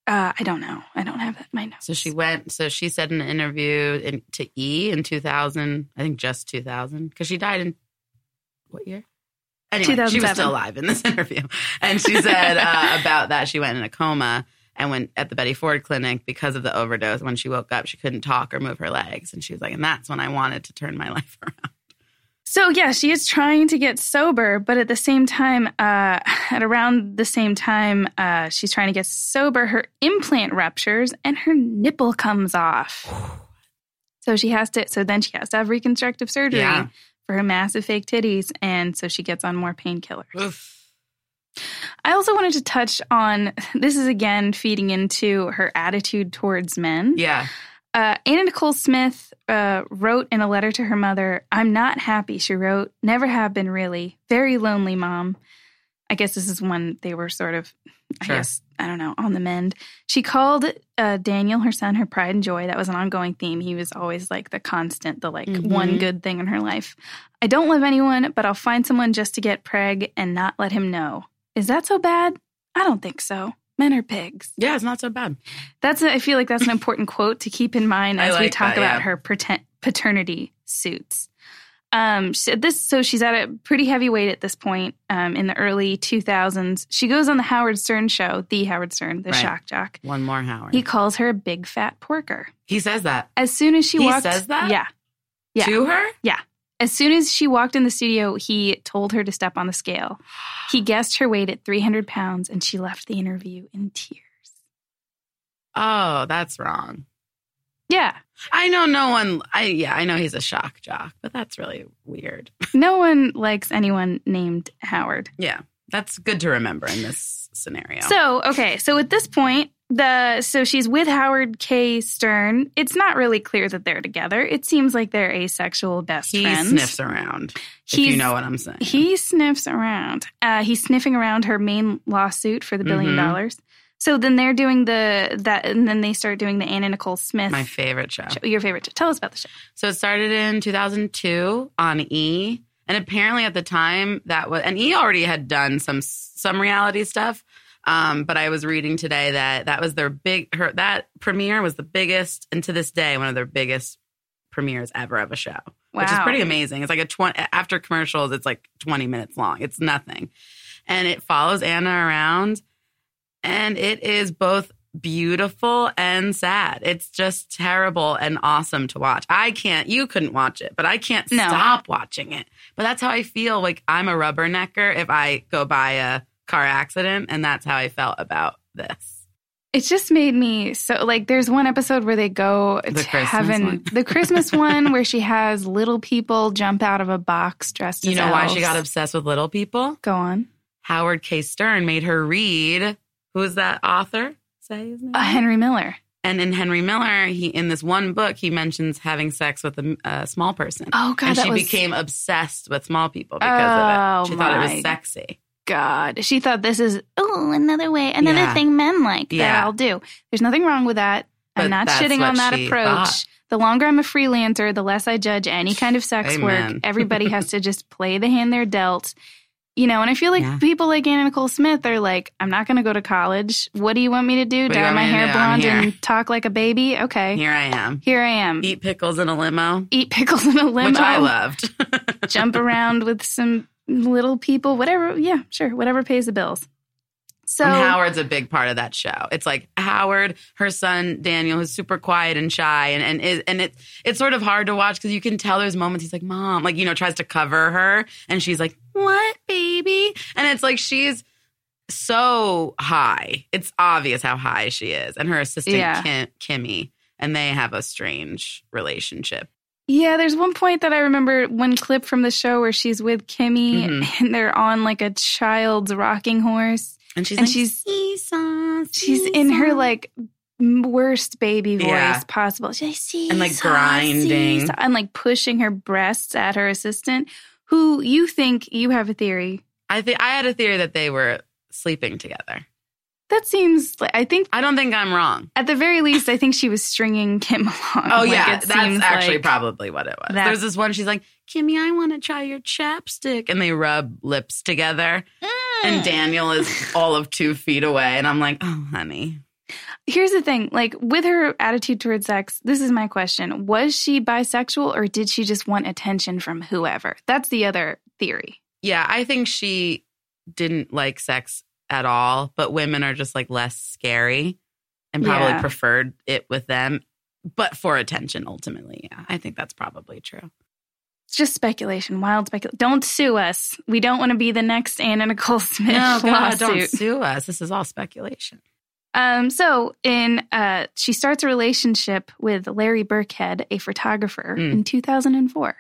A: Uh, I don't know. I don't have that in my notes.
B: So she went. So she said in an interview in, to E in 2000, I think just 2000, because she died in what year? Anyway, she was
A: 2007.
B: still alive in this interview, and she said uh, about that she went in a coma and went at the Betty Ford clinic because of the overdose. When she woke up, she couldn't talk or move her legs, and she was like, "And that's when I wanted to turn my life around."
A: So yeah, she is trying to get sober, but at the same time, uh, at around the same time, uh, she's trying to get sober. Her implant ruptures and her nipple comes off. So she has to. So then she has to have reconstructive surgery
B: Yeah.
A: for her massive fake titties, and so she gets on more painkillers.
B: Oof.
A: I also wanted to touch on this is again feeding into her attitude towards men.
B: Yeah,
A: uh, Anna Nicole Smith uh, wrote in a letter to her mother, I'm not happy, she wrote. Never have been really. Very lonely, mom. I guess this is when they were sort of, I
B: Sure.
A: guess, I don't know, on the mend. She called uh, Daniel, her son, her pride and joy. That was an ongoing theme. He was always like the constant, the like one
B: Mhm.
A: good thing in her life. I don't love anyone, but I'll find someone just to get preg and not let him know. Is that so bad? I don't think so. Men are pigs.
B: Yeah, it's not so bad.
A: That's a, I feel like that's an important quote to keep in mind
B: I
A: as we
B: like
A: talk
B: that,
A: about
B: yeah.
A: her paten- paternity suits. Um, she, this so she's at a pretty heavy weight at this point. Um, in the early 2000s, she goes on the Howard Stern show, the Howard Stern, the
B: Right.
A: shock jock.
B: One more Howard.
A: He
B: He,
A: calls her a big fat porker.
B: says that
A: As soon as she
B: He
A: walked,
B: says that?
A: yeah. Yeah.
B: to her.
A: As soon as she walked in the studio, he told her to step on the scale. He guessed her weight at 300 pounds, and she left the interview in tears.
B: Oh, that's wrong.
A: Yeah,
B: I know no one. I yeah, I know he's a shock jock, but that's really weird.
A: no one likes anyone named Howard.
B: Yeah, that's good to remember in this scenario.
A: So, okay. So at this point, the so she's with Howard K. Stern. It's not really clear that they're together. It seems like they're asexual best
B: he
A: friends.
B: sniffs around. if
A: He's-
B: you know what I'm saying.
A: He sniffs around. Uh, he's sniffing around her main lawsuit for the 1000000000
B: Mhm.
A: dollars. So then they're doing the that, and then they start doing the Anna Nicole Smith.
B: my favorite show.
A: show- your favorite. show. Tell us about the show.
B: So it started in 2002 on E, and apparently at the time that was and E already had done some some reality stuff. Um, but I was reading today that that was their big her that premiere was the biggest and to this day one of their biggest premieres ever of a show,
A: Wow.
B: which is pretty amazing. It's like a 20 after commercials, it's like 20 minutes long. It's nothing, and it follows Anna around, and it is both beautiful and sad. It's just terrible and awesome to watch. I can't, you couldn't watch it, but I can't
A: No.
B: stop watching it. But that's how I feel. Like I'm a rubbernecker if I go by a car accident. And that's how I felt about this.
A: It just made me so like there's one episode where they go to
B: Christmas
A: heaven.
B: one.
A: The Christmas one where she has little people jump out of a box dressed
B: You
A: as
B: know why she
A: elves.
B: got obsessed with little people?
A: Go on.
B: Howard K. Stern made her read. Who is that author? Say his name.
A: Uh, Henry Miller.
B: and in Henry Miller, he in this one book, he mentions having sex with a, a small person.
A: Oh god,
B: and
A: that
B: she
A: was
B: became obsessed with small people because
A: Oh,
B: of it. She thought it
A: my
B: was sexy.
A: God. She thought this is oh another way, another
B: Yeah.
A: thing men like that
B: Yeah.
A: I'll do. There's nothing wrong with that. I'm
B: But
A: not
B: that's
A: shitting
B: what
A: on that
B: she
A: approach.
B: thought.
A: The longer I'm a freelancer, the less I judge any kind of sex work.
B: Amen.
A: Everybody has to just play the hand they're dealt. You know, and I feel like
B: Yeah.
A: people like Anna Nicole Smith are like, I'm not going to go to college. What do you want me to do?
B: What do
A: Dye
B: you want
A: my
B: me to
A: hair
B: do? I'm
A: blonde and talk like a baby? Okay. Here,
B: Here I am.
A: I am. Eat,
B: Eat pickles in a limo,
A: pickles in a limo.
B: which I loved.
A: jump around with some little people, whatever. Yeah, sure. Whatever pays the bills. So,
B: and Howard's a big part of that show. It's like Howard, her son Daniel, who's super quiet and shy, and and is and it's it's sort of hard to watch because you can tell there's moments he's like, "Mom," like you know, tries to cover her, and she's like, "What, baby?" And it's like she's so high. It's obvious how high she is, and her assistant
A: Yeah.
B: Kim, Kimmy, and they have a strange relationship.
A: yeah, there's one point that I remember one clip from the show where she's with Kimmy
B: Mhm.
A: and they're on like a child's rocking horse.
B: And she's
A: And
B: like,
A: she's-
B: "Seesaw,
A: She's in her
B: seesaw."
A: like m- worst baby voice
B: Yeah.
A: possible. She's like,
B: And, like,
A: "Seesaw,
B: grinding."
A: seesaw," and like pushing her breasts at her assistant, who you think you have a theory.
B: I think I had a theory that they were sleeping together.
A: That seems like, I think
B: I don't think I'm wrong.
A: at the very least, I think she was stringing Kim along.
B: Oh
A: Like,
B: yeah,
A: it
B: that's
A: seems
B: actually
A: like-
B: probably what it was.
A: That-
B: There's this one. She's like, "Kimmy, I want to try your chapstick," and they rub lips together.
A: Mm.
B: And Daniel is all of two feet away, and I'm like, "Oh, honey,
A: Here's the thing like, with her attitude towards sex, this is my question. Was she bisexual or did she just want attention from whoever? That's the other theory.
B: yeah." I think she didn't like sex at all, but women are just like less scary, and probably
A: Yeah.
B: preferred it with them, but for attention ultimately. Yeah, I think that's probably true.
A: It's just speculation, wild speculation. Don't sue us. We don't want to be the next Anna Nicole Smith
B: No, Oh,
A: lawsuit.
B: God, don't sue us. This is all speculation.
A: Um, so in uh, she starts a relationship with Larry Burkhead, a photographer,
B: Mm.
A: in 2004.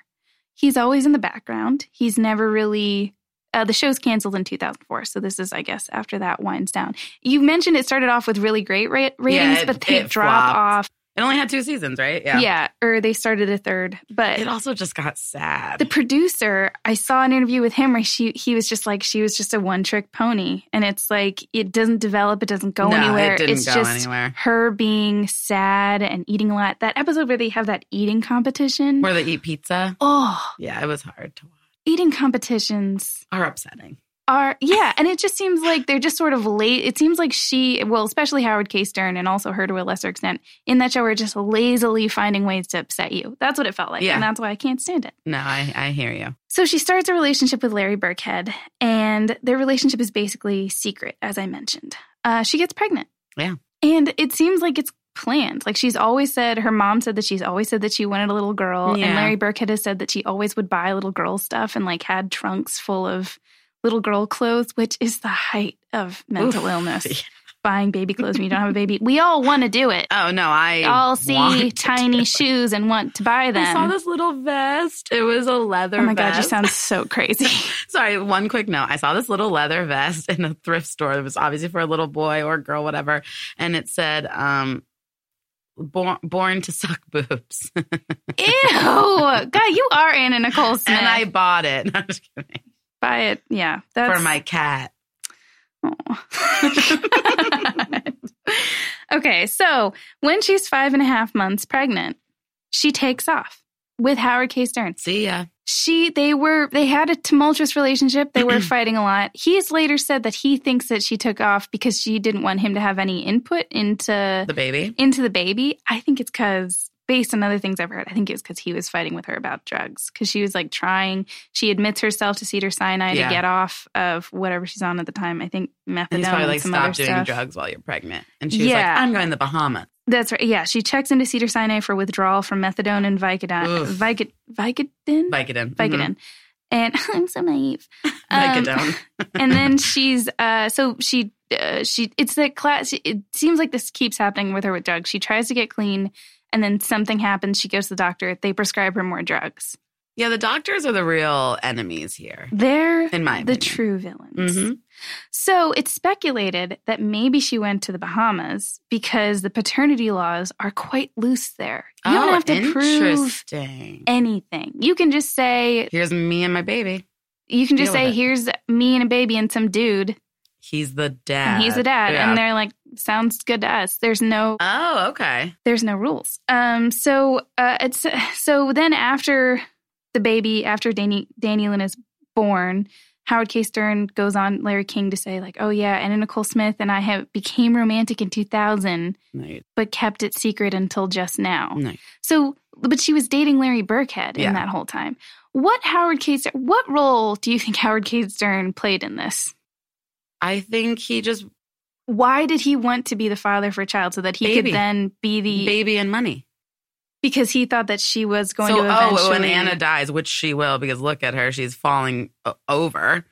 A: He's always in the background. He's never really. Uh, the show's canceled in 2004, so this is, I guess, after that winds down. You mentioned it started off with really great ra- ratings,
B: it-
A: but they
B: it
A: drop
B: flopped.
A: off.
B: It only had two seasons, right?
A: Yeah. or they started a third. But
B: It also just got sad.
A: the producer, I saw an interview with him where she he was just like she was just a one trick pony, and it's like it doesn't develop, it doesn't go
B: No, it
A: anywhere.
B: didn't
A: it's
B: go
A: just
B: anywhere.
A: her being sad and eating a lot. That episode where they have that eating competition.
B: Where they eat pizza.
A: oh,
B: Yeah, it was hard to watch.
A: eating competitions
B: Are upsetting.
A: are yeah, and it just seems like they're just sort of late. It seems like she, well, especially Howard K. Stern, and also her to a lesser extent in that show, are just lazily finding ways to upset you. That's what it felt like,
B: Yeah.
A: and that's why I can't stand it.
B: No, I, I hear you.
A: So she starts a relationship with Larry Burkhead, and their relationship is basically secret, as I mentioned. Uh, she gets pregnant.
B: Yeah.
A: And it seems like it's planned. Like she's always said, her mom said that she's always said that she wanted a little girl.
B: Yeah.
A: And Larry Burkhead has said that she always would buy little girl stuff and like had trunks full of little girl clothes, which is the height of mental
B: Oof.
A: illness.
B: Yeah.
A: Buying baby clothes when you don't have a baby. We all want to do it.
B: Oh, no, I.
A: We all see
B: want to do
A: tiny
B: it.
A: shoes and want to buy them.
B: I saw this little vest. It was a leather
A: oh my God, you
B: vest.
A: sound so crazy.
B: Sorry, one quick note. I saw this little leather vest in a thrift store. It was obviously for a little boy or girl, whatever. And it said, um, born, born to suck boobs.
A: Ew, God, you are Anna Nicole Smith.
B: and I bought it. I'm just kidding.
A: buy it. Yeah, that's
B: For my cat.
A: Aw. okay, so when she's five and a half months pregnant, she takes off with Howard K. Stern.
B: See ya.
A: She, they were, they had a tumultuous relationship. They were fighting a lot. He has later said that he thinks that she took off because she didn't want him to have any input into
B: The baby.
A: into the baby. I think it's because, based on other things I've heard, I think it was because he was fighting with her about drugs because she was like trying. She admits herself to Cedar Sinai
B: Yeah.
A: to get off of whatever she's on at the time. I think methadone
B: And
A: and,
B: he's probably like,
A: some
B: stop
A: other
B: doing
A: stuff.
B: drugs while you're pregnant. And she was
A: Yeah.
B: like, I'm going to the Bahamas.
A: That's right. Yeah, she checks into Cedar Sinai for withdrawal from methadone and Vicodin.
B: Oof.
A: Vicod, Vicodin.
B: Vicodin. Mhm.
A: Vicodin. And I'm so naive. Um,
B: Vicodin.
A: and then she's uh so she uh, she it's the class it seems like this keeps happening with her with drugs she tries to get clean and then something happens she goes to the doctor they prescribe her more drugs
B: yeah, the doctors are the real enemies here,
A: they're
B: in my
A: the
B: opinion.
A: true villains
B: Mhm.
A: so it's speculated that maybe she went to the bahamas because the paternity laws are quite loose there you
B: oh,
A: don't have to prove
B: interesting.
A: anything you can just say
B: Here's me and my baby.
A: you can just
B: Deal
A: say
B: with it.
A: here's me and a baby and some dude
B: He's the dad.
A: and he's the dad
B: Yeah.
A: and they're like sounds good to us there's no
B: Oh, okay.
A: there's no rules. Um, so uh, it's so then after the baby, after Danny Danny Lynn is born, Howard K. Stern goes on Larry King to say like, oh yeah, Anna Nicole Smith and I have became romantic in 2000,
B: No, you-
A: but kept it secret until just now.
B: no.
A: So, but she was dating Larry Burkhead
B: Yeah.
A: in that whole time. What Howard K. Stern, what role do you think Howard K. Stern played in this?
B: I think he just
A: Why did he want to be the father for a child so that he
B: Baby.
A: could then be the
B: baby and money.
A: because he thought that she was going
B: so,
A: to eventually.
B: oh, when Anna dies, which she will, because look at her, she's falling o- over.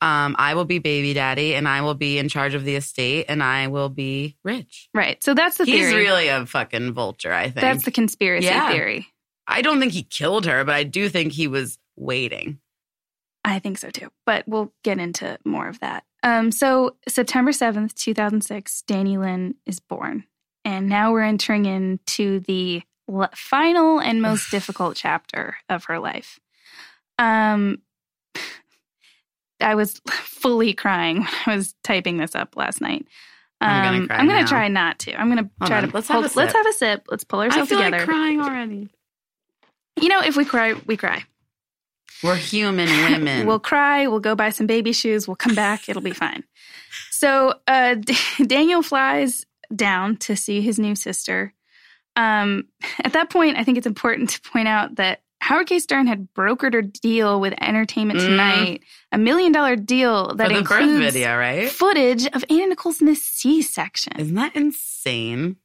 B: Um, I will be baby daddy, and I will be in charge of the estate, and I will be rich.
A: right. So that's the
B: He's
A: theory.
B: really a fucking vulture. I think
A: that's the conspiracy
B: Yeah.
A: theory.
B: I don't think he killed her, but I do think he was waiting.
A: I think so too. But we'll get into more of that. Um, so September seventh, two thousand six, Danny Lynn is born, and now we're entering into the l- final and most difficult chapter of her life. Um, I was fully crying when I was typing this up last night. Um,
B: I'm gonna cry
A: I'm gonna
B: now.
A: try not to. I'm gonna
B: Hold
A: try
B: on.
A: to.
B: Let's have
A: pull-
B: a
A: Let's
B: sip.
A: have a sip. Let's pull
B: I
A: ourselves
B: feel
A: together.
B: like crying already.
A: You know, if we cry, we cry.
B: We're human women.
A: we'll cry. We'll go buy some baby shoes. We'll come back. It'll be fine. So uh, Daniel flies down to see his new sister. Um, at that point, I think it's important to point out that Howard K. Stern had brokered a deal with Entertainment
B: Mm.
A: Tonight, a million dollar deal that
B: for the birth
A: includes
B: video, right?
A: footage of Anna Nicole Smith's C section.
B: Isn't that insane?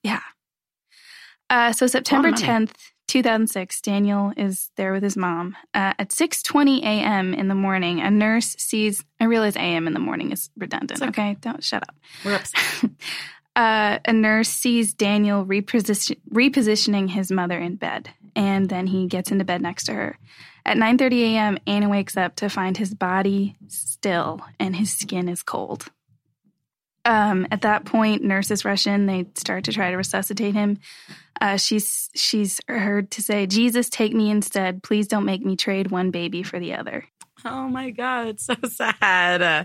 A: Uh, so September
B: money.
A: 10th, 2006, Daniel is there with his mom. Uh, at 6:20 a.m. in the morning, a nurse sees. I realize a.m. in the morning is redundant.
B: It's okay.
A: okay. don't shut up.
B: We're upset.
A: Uh, a nurse sees Daniel reposition, repositioning his mother in bed, and then he gets into bed next to her. At 9:30 a.m., Anna wakes up to find his body still and his skin is cold. Um, at that point, nurses rush in. They start to try to resuscitate him. Uh, she's she's heard to say, "Jesus, take me instead. Please don't make me trade one baby for the other."
B: Oh my God, it's so sad. Uh,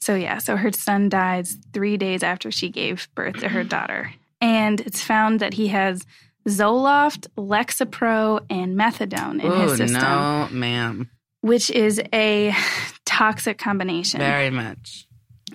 A: So yeah, so her son dies three days after she gave birth to her daughter, and it's found that he has Zoloft, Lexapro, and methadone in his
B: Ooh,
A: system,
B: no, ma'am.
A: which is a toxic combination.
B: Very much.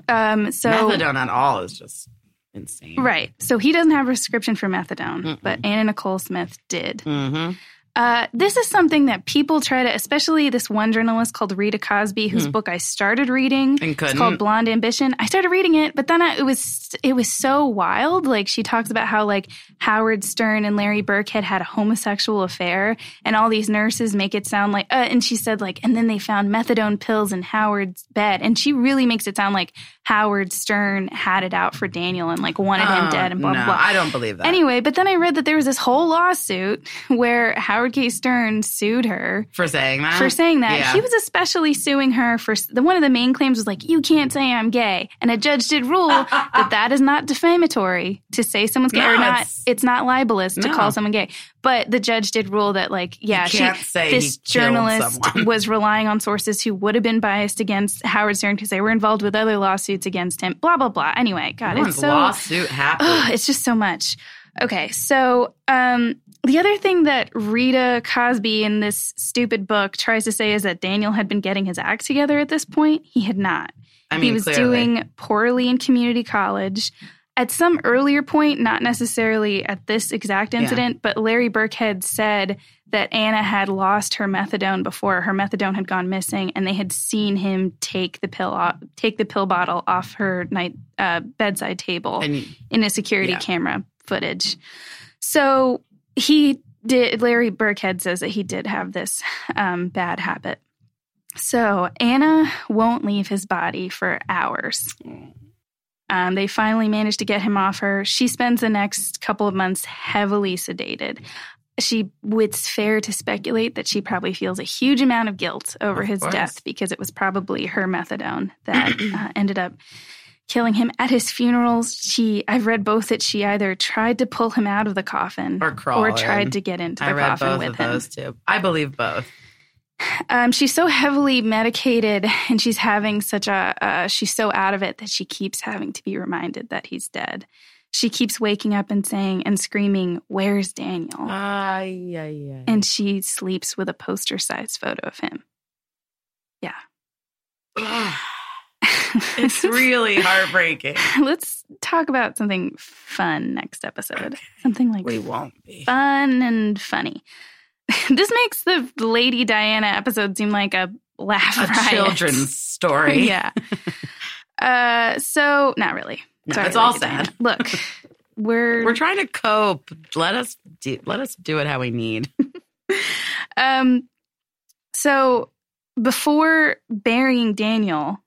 A: Um, so
B: Methadone at all is just insane.
A: Right. So he doesn't have a prescription for methadone,
B: Mm-mm.
A: but Anna Nicole Smith did.
B: Mm-hmm.
A: Uh, this is something that people try to, especially this one journalist called Rita Cosby, whose
B: Mm.
A: book I started reading.
B: And
A: It's
B: couldn't.
A: called Blonde Ambition. I started reading it, but then I, it was it was so wild. Like she talks about how like Howard Stern and Larry Burke had had a homosexual affair, and all these nurses make it sound like. Uh, and she said like, and then they found methadone pills in Howard's bed, and she really makes it sound like Howard Stern had it out for Daniel and like wanted him
B: Oh,
A: dead and blah
B: no,
A: blah blah.
B: I don't believe that.
A: Anyway, but then I read that there was this whole lawsuit where Howard K. Stern sued her
B: for saying that.
A: for saying that.
B: Um, yeah.
A: He was especially suing her for the one of the main claims was like, you can't say I'm gay, and a judge did rule that that is not defamatory to say someone's gay
B: No,
A: or not.
B: it's-
A: It's not libelous to
B: No.
A: call someone gay, but the judge did rule that like, yeah,
B: you
A: she.
B: can't say
A: This
B: he killed
A: journalist
B: someone.
A: was relying on sources who would have been biased against Howard Stern because they were involved with other lawsuits against him. Blah blah blah. Anyway, God,
B: Everyone's
A: it's so
B: lawsuit happened.
A: Ugh, it's just so much. Okay, so um, the other thing that Rita Cosby in this stupid book tries to say is that Daniel had been getting his act together at this point. He had not.
B: I mean,
A: he was
B: clearly.
A: doing poorly in community college. At some earlier point, not necessarily at this exact
B: Yeah.
A: incident, but Larry Burke had said that Anna had lost her methadone before her methadone had gone missing, and they had seen him take the pill off, take the pill bottle off her night uh, bedside table
B: And
A: in a security
B: Yeah.
A: camera footage. So he did, Larry Burkhead says that he did have this um, bad habit. So Anna won't leave his body for hours. Um, they finally manage to get him off her. She spends the next couple of months heavily sedated. She, it's fair to speculate that she probably feels a huge amount of guilt over
B: Of
A: his
B: course.
A: death because it was probably her methadone that uh, ended up killing him at his funerals. She, I've read both that she either tried to pull him out of the coffin
B: or crawl. in.
A: tried to get into the
B: I read
A: coffin
B: both
A: with
B: of
A: him.
B: those two. I believe both.
A: Um, she's so heavily medicated and she's having such a, uh, she's so out of it that she keeps having to be reminded that he's dead. She keeps waking up and saying and screaming, Where's Daniel?
B: Ah, yeah, yeah.
A: and she sleeps with a poster size photo of him.
B: it's really heartbreaking.
A: Let's talk about something fun next episode. Something like
B: We won't be.
A: fun and funny. this makes the Lady Diana episode seem like a laugh
B: A
A: riot.
B: children's story.
A: yeah. Uh, so not really.
B: No,
A: Sorry,
B: it's all
A: Lady Diana.
B: sad.
A: Look, we're,
B: We're trying to cope. Let us do, let us do it how we need.
A: um. So before burying Daniel,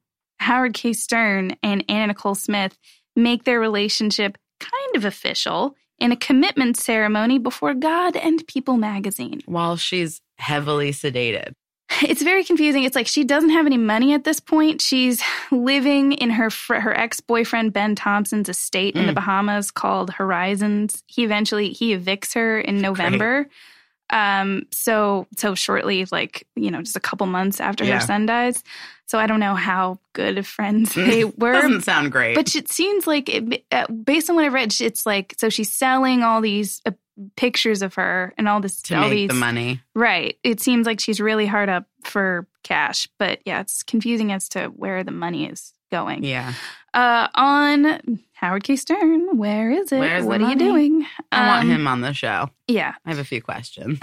A: Howard K. Stern and Anna Nicole Smith make their relationship kind of official in a commitment ceremony before God and People magazine.
B: While she's heavily sedated.
A: It's very confusing. It's like she doesn't have any money at this point. She's living in her fr- her ex boyfriend Ben Thompson's estate in the
B: Mm.
A: Bahamas called Horizons. He eventually he evicts her in November. Um, so so shortly, like you know, just a couple months after
B: Yeah.
A: her son dies. So I don't know how good of friends they were,
B: Doesn't sound great.
A: but it seems like it, uh, based on what I read, it's like so she's selling all these uh, pictures of her and all this
B: to
A: all
B: make
A: these
B: the money.
A: Right. It seems like she's really hard up for cash, but yeah, it's confusing as to where the money is going.
B: Yeah.
A: Uh, on Howard K. Stern, where is it?
B: Where's the
A: what are you
B: money?
A: doing?
B: I want
A: Um,
B: him on the show.
A: Yeah.
B: I have a few questions.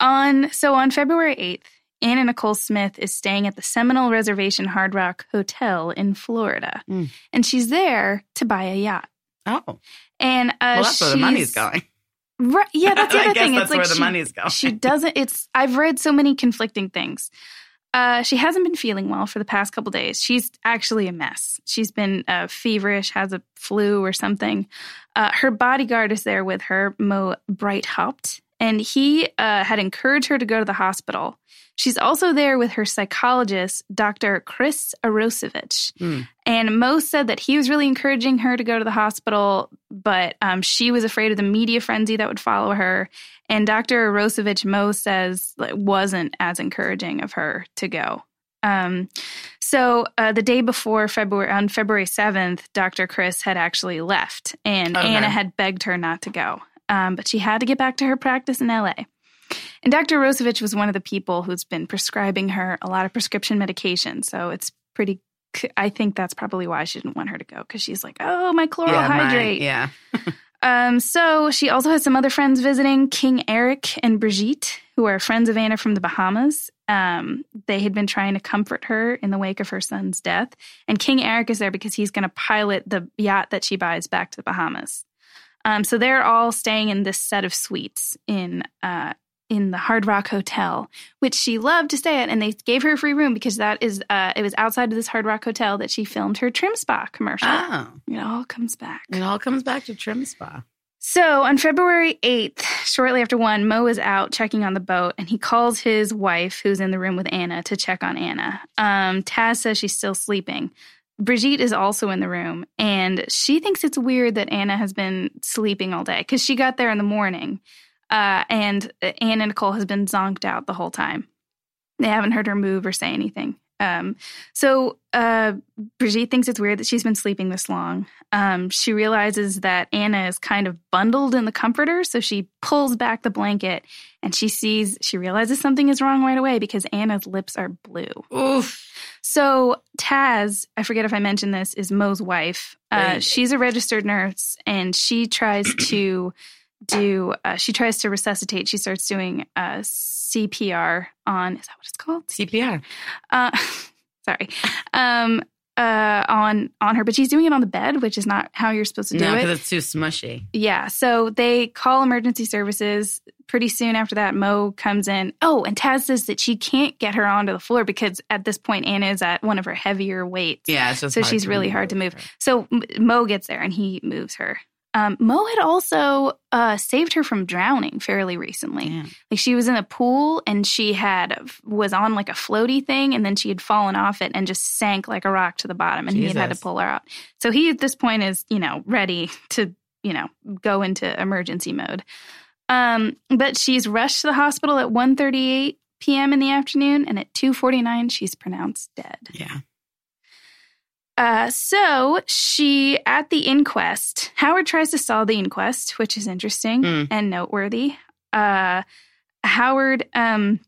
A: on so on February eighth, Anna Nicole Smith is staying at the Seminole Reservation Hard Rock Hotel in Florida,
B: Mm.
A: and she's there to buy a yacht.
B: Oh, well,
A: And uh,
B: that's where the money's
A: she's-
B: going.
A: Right, yeah, that's the
B: I
A: other
B: guess
A: thing.
B: that's
A: it's like
B: where the
A: she
B: money's going.
A: she doesn't it's i've read so many conflicting things uh, she hasn't been feeling well for the past couple days she's actually a mess she's been uh, feverish has a flu or something uh, her bodyguard is there with her mo bright hopped and he uh, had encouraged her to go to the hospital. She's also there with her psychologist, Dr. Chris Arosevich.
B: Hmm.
A: And Mo said that he was really encouraging her to go to the hospital, but um, she was afraid of the media frenzy that would follow her. And Dr. Arosevich, Mo says, like, wasn't as encouraging of her to go. Um, so uh, the day before February, on February 7th, Dr. Chris had actually left, and
B: Okay.
A: Anna had begged her not to go. Um, but she had to get back to her practice in LA. And Dr. Rosevich was one of the people who's been prescribing her a lot of prescription medication. So it's pretty, c- I think that's probably why she didn't want her to go because she's like, oh, my chloral
B: yeah, my-
A: hydrate.
B: yeah.
A: Um, so she also has some other friends visiting King Eric and Brigitte, who are friends of Anna from the Bahamas. Um, they had been trying to comfort her in the wake of her son's death. And King Eric is there because he's going to pilot the yacht that she buys back to the Bahamas. Um, so they're all staying in this set of suites in uh, in the Hard Rock Hotel, which she loved to stay at, and they gave her a free room because that is uh, it was outside of this Hard Rock Hotel that she filmed her trim spa commercial.
B: Oh,
A: It all comes back.
B: it all comes back to trim spa.
A: So on February 8th, shortly after one, Mo is out checking on the boat and he calls his wife, who's in the room with Anna, to check on Anna. Um, Taz says she's still sleeping. Brigitte is also in the room and she thinks it's weird that Anna has been sleeping all day because she got there in the morning uh, and uh, Anna Nicole has been zonked out the whole time. They haven't heard her move or say anything. Um, so uh, Brigitte thinks it's weird that she's been sleeping this long. Um, she realizes that Anna is kind of bundled in the comforter, so she pulls back the blanket and she sees, she realizes something is wrong right away because Anna's lips are blue.
B: Oof.
A: So Taz, I forget if I mentioned this, is Mo's wife. Uh,
B: Right.
A: she's a registered nurse, and she tries to do. Uh, she tries to resuscitate. She starts doing uh, CPR on. Is that what it's called?
B: CPR.
A: Uh, sorry. Um, uh, on on her, but she's doing it on the bed, which is not how you're supposed to do
B: No,
A: it.
B: because it's too smushy.
A: Yeah. So they call emergency services. Pretty soon after that, Mo comes in. Oh, and Taz says that she can't get her onto the floor because at this point, Anna is at one of her heavier weights.
B: Yeah, it's just
A: So
B: hard
A: she's
B: to
A: really hard to move. So M- Mo gets there and he moves her. Um, Mo had also uh, saved her from drowning fairly recently.
B: Yeah.
A: Like she was in a pool and she had was on like a floaty thing and then she had fallen off it and just sank like a rock to the bottom and he had had to
B: Jesus.
A: pull her out. So he at this point is, you know, ready to, you know, go into emergency mode. Um, but she's rushed to the hospital at 1:38 p.m. in the afternoon and at 2:49 she's pronounced dead.
B: Yeah.
A: Uh, so she at the inquest. Howard tries to solve the inquest, which is interesting
B: Mm.
A: and noteworthy. Uh, Howard, um,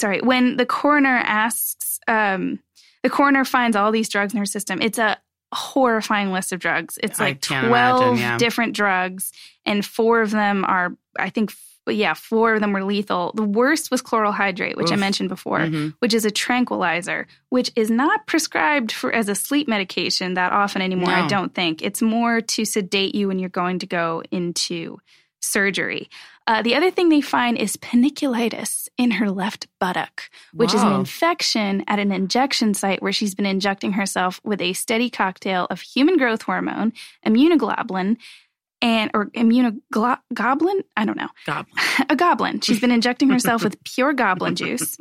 A: sorry, when the coroner asks, um, the coroner finds all these drugs in her system. It's a horrifying list of drugs. It's
B: I
A: like
B: can't
A: twelve
B: imagine, yeah.
A: different drugs, and four of them are, I think, f- yeah, four of them were lethal. The worst was chloral hydrate, which I
B: Oof.
A: mentioned before
B: Mhm.
A: which is a tranquilizer, which is not prescribed for as a sleep medication that often anymore, I
B: No.
A: don't think. It's more to sedate you when you're going to go into surgery. Uh, the other thing they find is paniculitis in her left buttock, which is an
B: Wow.
A: infection at an injection site where she's been injecting herself with a steady cocktail of human growth hormone, immunoglobulin, and or immunoglobulin, I don't know,
B: Goblin.
A: a goblin. She's been injecting herself with pure goblin juice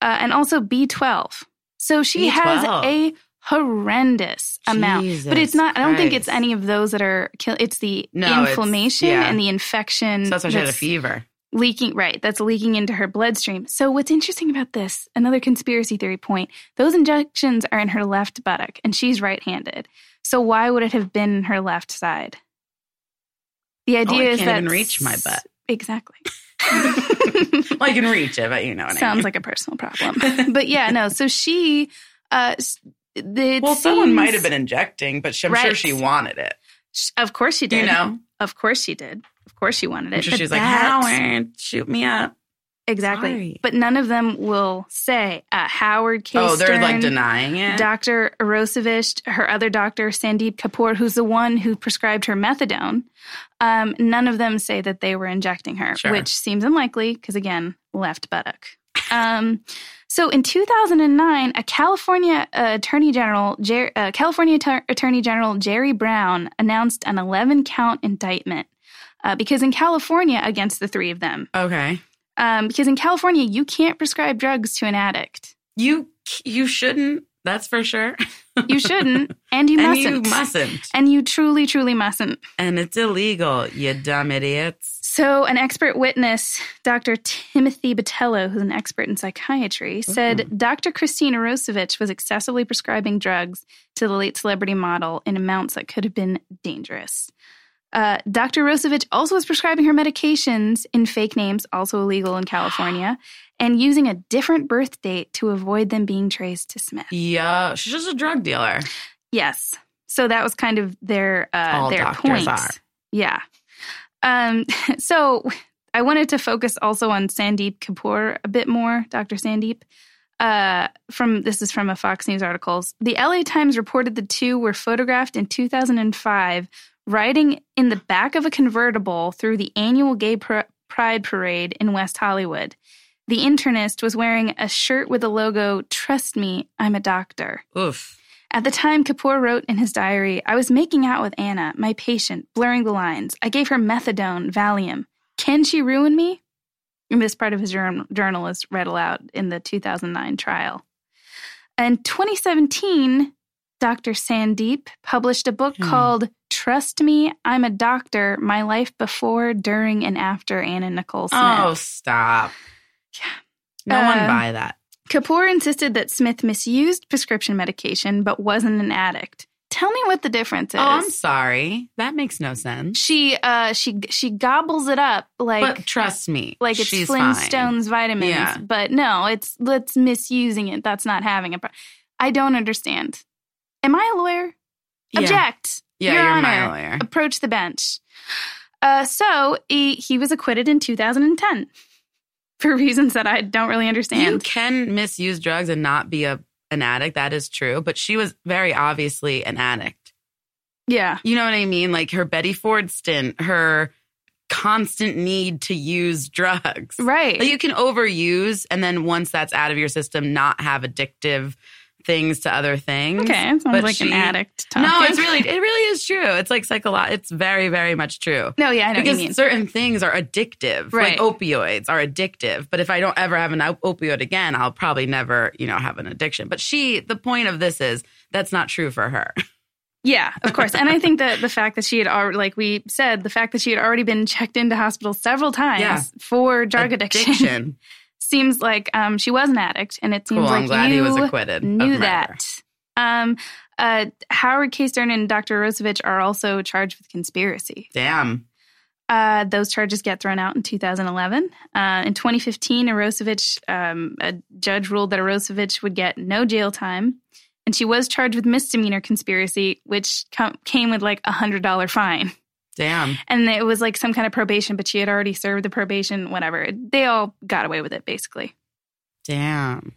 A: uh, and also B12. So she has
B: B12.
A: a horrendous amount. But it's
B: Jesus
A: not, I don't think it's
B: Christ.
A: any of those that are kill. It's the
B: No, it's-
A: inflammation
B: yeah.
A: and the infection
B: So that's why she had a
A: that's
B: fever.
A: leaking, right? That's leaking into her bloodstream. So what's interesting about this, another conspiracy theory point, those injections are in her left buttock and she's right handed. So why would it have been in her left side? The idea is
B: Oh, can't
A: that
B: even reach my butt.
A: Exactly.
B: Well, you can reach it, but you know what I mean.
A: Sounds like a personal problem. but yeah, no. So she, uh, s- the
B: well, someone
A: seems-
B: might have been injecting, but she, I'm sure
A: Right.
B: she wanted it.
A: Sh- Of course she did.
B: You know,
A: Of course she did. Of course she wanted it.
B: I'm sure
A: But
B: she was like,
A: that-
B: Howard, shoot me up.
A: Exactly.
B: Sorry.
A: But none of them will say uh, Howard K.
B: oh, they're
A: Stern,
B: like denying it.
A: Dr. Arosevich, her other doctor, Sandeep Kapoor, who's the one who prescribed her methadone, um, none of them say that they were injecting her,
B: Sure.
A: which seems unlikely because, again, left buttock. Um, so in 2009, a California uh, Attorney General, Jer- uh, California Atter- Attorney General Jerry Brown announced an 11 count indictment uh, because in California, against the three of them,
B: Okay.
A: um, because in California, you can't prescribe drugs to an addict.
B: You you shouldn't. That's for sure.
A: You shouldn't, and you
B: and
A: mustn't.
B: you mustn't.
A: And you truly, truly mustn't.
B: And it's illegal, you dumb idiots.
A: So, an expert witness, Dr. Timothy Botello, who's an expert in psychiatry, said Dr. Christina Rosevich was excessively prescribing drugs to the late celebrity model in amounts that could have been dangerous. Uh, Dr. Rosevich also was prescribing her medications in fake names, also illegal in California, and using a different birth date to avoid them being traced to Smith.
B: Yeah, she's just a drug dealer.
A: Yes. So that was kind of their uh,
B: All
A: their
B: doctors
A: point.
B: are.
A: Yeah. Um, so I wanted to focus also on Sandeep Kapoor a bit more, Dr. Sandeep. Uh, from this is from a Fox News article. The LA Times reported the two were photographed in 2005 riding in the back of a convertible through the annual gay pr- pride parade in West Hollywood. The internist was wearing a shirt with the logo "Trust me, I'm a doctor."
B: Oof.
A: At the time, Kapoor wrote in his diary, I was making out with Anna, my patient, blurring the lines. I gave her methadone, Valium. Can she ruin me? And this part of his jour- journal is read aloud in the 2009 trial. In 2017, Dr. Sandeep published a book
B: Hmm.
A: called Trust Me, I'm a Doctor My Life Before, During, and After Anna Nicole Smith.
B: Oh, stop. No one
A: Uh,
B: buy that.
A: Kapoor insisted that Smith misused prescription medication but wasn't an addict. Tell me what the difference is.
B: Oh, I'm sorry. That makes no sense.
A: she uh she she gobbles it up like
B: but trust me,
A: like it's
B: she's
A: Flintstones vitamins,
B: Yeah.
A: but no, it's let's misusing it. That's not having a pro- I don't understand. Am I a lawyer?
B: Fine. Yeah,
A: Object.
B: yeah
A: Your
B: you're
A: Honor.
B: my lawyer.
A: Approach the bench. Uh, so he, he was acquitted in 2010 for reasons that I don't really
B: You
A: understand.
B: can misuse drugs and not be a an addict. That is true. But she was very obviously an addict.
A: yeah.
B: You know what I mean? Like her Betty Ford stint, her constant need to use drugs.
A: Right.
B: Like you can overuse, and then once that's out of your system, not have addictive things to other things.
A: okay. Sounds
B: but
A: like
B: she-
A: an addict. Talking.
B: No, it's really, it really is true. It's like psycholo. It's very, very much true.
A: No, yeah, I know
B: because
A: what you mean.
B: certain things are addictive.
A: Right.
B: Like opioids are addictive. But if I don't ever have an op- opioid again, I'll probably never, you know, have an addiction. But she, the point of this is that's not true for her.
A: Yeah, of course. And I think that the fact that she had already, like we said, the fact that she had already been checked into hospital several times
B: Yeah.
A: for drug addiction, seems like um, she was an addict. And it seems
B: Cool.
A: like
B: I'm glad
A: you
B: he was acquitted. of
A: knew
B: murder.
A: that. Um, uh, Howard K. Stern and Dr. Rosevich are also charged with conspiracy.
B: Damn.
A: Uh, those charges get thrown out in 2011. Uh, in 2015, Arosevich, um, a judge ruled that Arosevich would get no jail time, and she was charged with misdemeanor conspiracy, which com- came with like a hundred dollar fine,
B: Damn.
A: and it was like some kind of probation, but she had already served the probation. Whatever, they all got away with it basically.
B: Damn.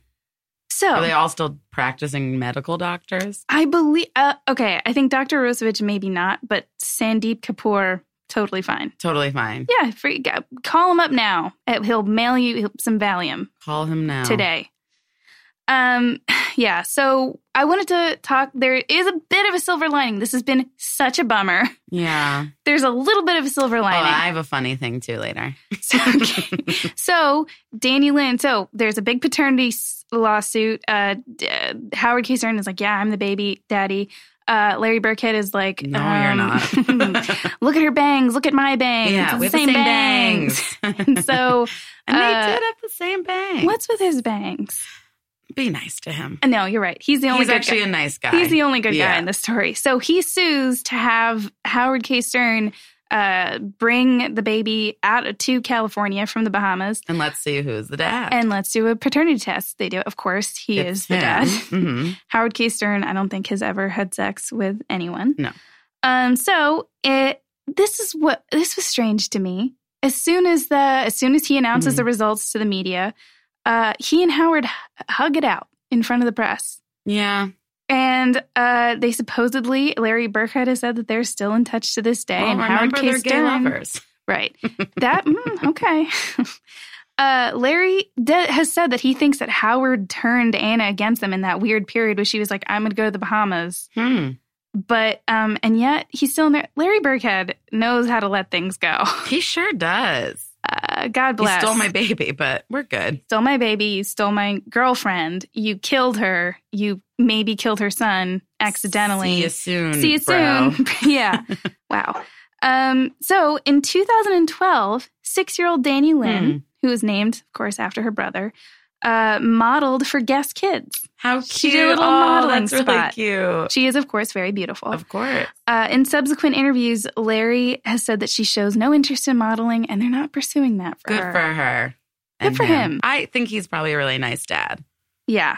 B: Are they
A: So
B: all still practicing medical doctors?
A: I believe. Uh, okay, I think Dr. Arosevich maybe not, but Sandeep Kapoor totally fine.
B: Totally fine.
A: Yeah, free, call him up now. Uh, He'll mail you some Valium.
B: Call him now.
A: today. Um, yeah, so I wanted to talk. There is a bit of a silver lining. This has been such a bummer.
B: Yeah.
A: There's a little bit of a silver
B: Oh,
A: lining.
B: I have a funny thing too later.
A: so, okay. so, Danny Lynn. So, there's a big paternity s- lawsuit. Uh, d- uh, Howard K. Stern is like, Yeah, I'm the baby daddy. Uh, Larry Burkhead is like,
B: No, you're
A: um,
B: not.
A: look at her bangs. Look at my bangs.
B: yeah,
A: It's
B: we have the same bangs.
A: bangs. so,
B: and they
A: Uh,
B: did have the same bangs.
A: what's with his bangs?
B: Be nice to him.
A: No, you're right. He's the only
B: He's
A: good guy.
B: actually a nice guy.
A: He's the only good guy
B: Yeah.
A: in the story. So he sues to have Howard K. Stern uh, bring the baby out to California from the Bahamas.
B: and let's see who's the dad.
A: And let's do a paternity test. They do. Of course, he is the dad.
B: hmm
A: Howard K. Stern, I don't think, has ever had sex with anyone.
B: No.
A: Um, so it this is what this was strange to me. As soon as the as soon as he announces
B: Mhm.
A: the results to the media, uh, he and Howard h- hug it out in front of the press.
B: Yeah.
A: And uh, they supposedly, Larry Burkhead has said that they're still in touch to this day.
B: Well,
A: and Howard
B: remember,
A: K.
B: they're gay
A: Stern,
B: lovers.
A: right? That mm, okay. Uh, Larry de- has said that he thinks that Howard turned Anna against them in that weird period where she was like, "I'm going to go to the Bahamas,"
B: Hmm.
A: But um, and yet he's still in there. Larry Burkhead knows how to let things go.
B: He sure does.
A: Uh, God
B: He
A: bless.
B: stole my baby, but we're good.
A: stole my baby. You stole my girlfriend. You killed her. You maybe killed her son accidentally.
B: See you soon.
A: See you
B: bro.
A: soon. yeah. Wow. Um, so in 2012, six year old Danny
B: Hmm.
A: Lynn, who was named, of course, after her brother, uh, modeled for Guest Kids.
B: How cute.
A: She did a little
B: oh,
A: modeling
B: that's
A: spot.
B: really cute.
A: She is, of course, very beautiful.
B: Of course.
A: Uh, in subsequent interviews, Larry has said that she shows no interest in modeling and they're not pursuing that for
B: Good
A: her.
B: for her.
A: Good
B: and
A: for him.
B: I think he's probably a really nice dad.
A: Yeah.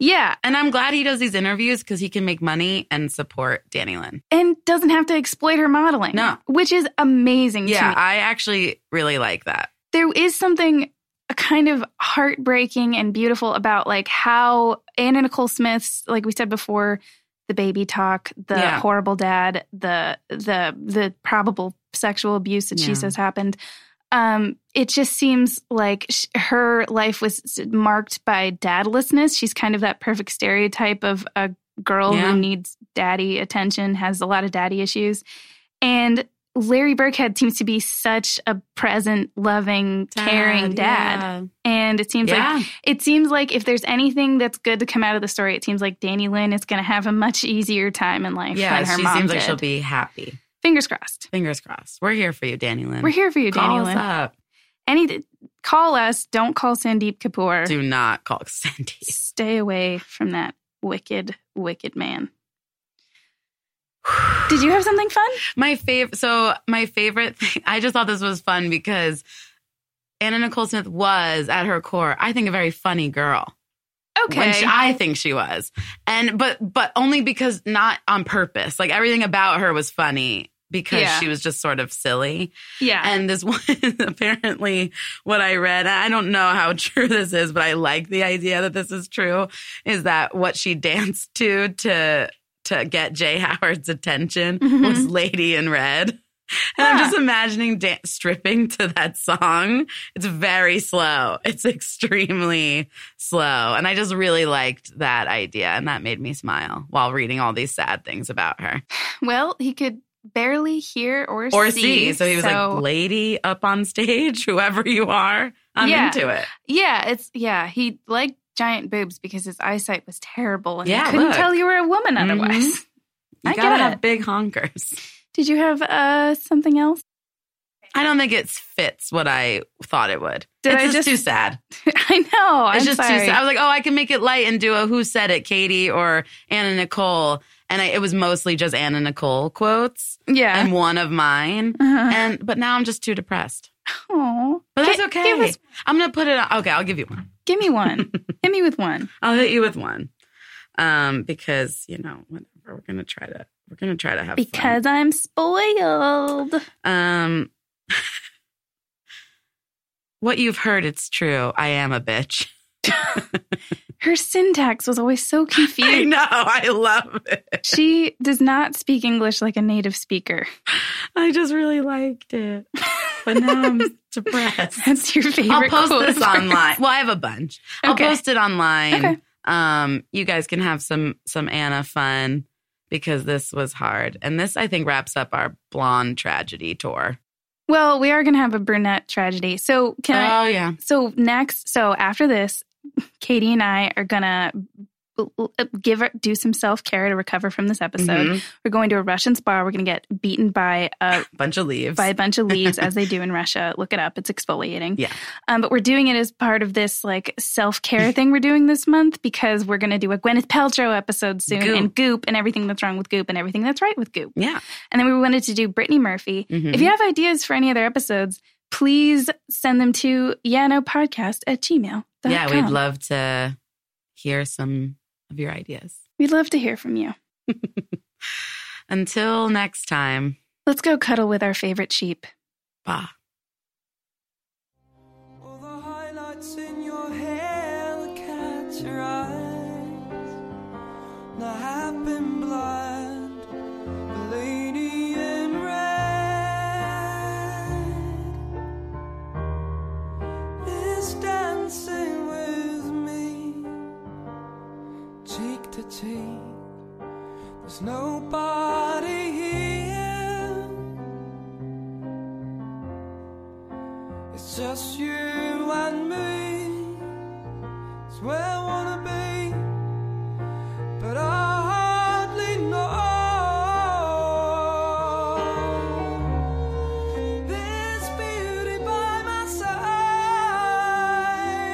A: Yeah.
B: And I'm glad he does these interviews because he can make money and support Danny Lynn.
A: And doesn't have to exploit her modeling.
B: No.
A: Which is amazing to
B: Yeah,
A: me.
B: I actually really like that.
A: there is something kind of heartbreaking and beautiful about like how Anna Nicole Smith's, like we said before, the baby talk, the
B: Yeah.
A: horrible dad, the the the probable sexual abuse that
B: Yeah.
A: she says happened. Um, it just seems like sh- her life was marked by dadlessness. She's kind of that perfect stereotype of a girl
B: Yeah.
A: who needs daddy attention, has a lot of daddy issues. And Larry Burkhead seems to be such a present, loving, caring dad. And it
B: Yeah.
A: seems like
B: Yeah.
A: it seems like if there's anything that's good to come out of the story, it seems like Danny Lynn is gonna have a much easier time in life
B: Yeah,
A: than her
B: she
A: mom
B: seems
A: did.
B: like she'll be happy.
A: Fingers crossed.
B: Fingers crossed. We're here for you, Danny Lynn.
A: We're here for you,
B: Call
A: Danny
B: us
A: Lynn.
B: up.
A: Any call us, don't call Sandeep Kapoor.
B: Do not call Sandy.
A: Stay away from that wicked, wicked man. Did you have something fun?
B: My favorite. So my favorite thing. I just thought this was fun because Anna Nicole Smith was at her core, I think, a very funny girl. When
A: Okay.
B: she- I think she was, and but but only because not on purpose. Like everything about her was funny because
A: Yeah.
B: she was just sort of silly.
A: yeah.
B: And this one, apparently, what I read, I don't know how true this is, but I like the idea that this is true, is that what she danced to to to get Jay Howard's attention
A: Mhm.
B: was Lady in Red. And I'm
A: Huh.
B: just imagining dan stripping to that song. It's very slow. It's extremely slow. And I just really liked that idea. And that made me smile while reading all these sad things about her
A: Well, he could barely hear or,
B: or
A: see.
B: C. So he was
A: so-
B: like, "Lady up on stage, whoever you are, I'm
A: Yeah.
B: into it."
A: yeah, it's yeah. He liked giant boobs because his eyesight was terrible, and
B: Yeah,
A: he couldn't
B: look.
A: tell you were a woman
B: Mhm.
A: otherwise.
B: You
A: I
B: gotta
A: get
B: have
A: it.
B: big honkers.
A: Did you have uh something else?
B: I don't think it fits what I thought it would.
A: Did
B: it's
A: I
B: just,
A: just-
B: too sad.
A: I know.
B: It's
A: I'm
B: just
A: sorry.
B: too sad. I was like, "Oh, I can make it light and do a who said it, Katie or Anna Nicole," and I, it was mostly just Anna Nicole quotes
A: Yeah.
B: and one of mine.
A: Uh-huh.
B: And but now I'm just too depressed.
A: Aw.
B: But that's
A: Gi-
B: okay.
A: Give, us-
B: I'm gonna put it. on. Okay, I'll give you one.
A: give me one. Hit me with one.
B: I'll hit you with one. Um, because you know, whatever. We're gonna try to we're gonna try to have
A: Because I'm spoiled.
B: fun. Um What you've heard, it's true. I am a bitch.
A: Her syntax was always so
B: I
A: confusing.
B: know, I love it.
A: she does not speak English like a native speaker.
B: I just really liked it. But now I'm depressed.
A: That's your favorite.
B: I'll post
A: quote
B: this
A: of hers.
B: online. Well, I have a bunch. I'll
A: Okay.
B: post it online.
A: Okay.
B: Um, you guys can have some some Anna fun because this was hard. And this I think wraps up our blonde tragedy tour.
A: Well, we are going to have a brunette tragedy. So can I?
B: oh yeah.
A: So next, so after this, Katie and I are going to uh, give her, do some self care to recover from this episode.
B: Mhm.
A: We're going to a Russian spa. We're going to get beaten by a
B: Bunch of leaves.
A: by a bunch of leaves as they do in Russia. Look it up; it's exfoliating.
B: Yeah.
A: um, but we're doing it as part of this like self care thing we're doing this month because we're going to do a Gwyneth Paltrow episode soon
B: Goop.
A: and Goop and everything that's wrong with Goop and everything that's right with Goop.
B: Yeah.
A: And then we wanted to do Brittany Murphy.
B: Mhm.
A: If you have ideas for any other episodes, please send them to yanopodcast at gmail.
B: yeah, we'd love to hear some of your ideas.
A: we'd love to hear from you.
B: Until next time,
A: Let's go cuddle with our favorite sheep.
B: bye.
C: All the highlights in your hair that catch your eyes. And I have been blind, the lady in red is dancing with me, cheek to cheek. The There's nobody here. It's just you and me. It's where I wanna be, but I hardly know. There's beauty by my side.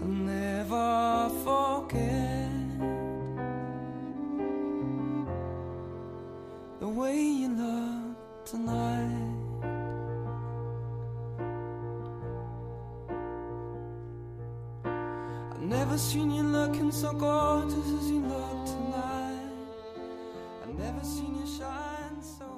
C: I'll never forget the way you look tonight. I've never seen you looking so gorgeous as you look tonight. I've never seen you shine so.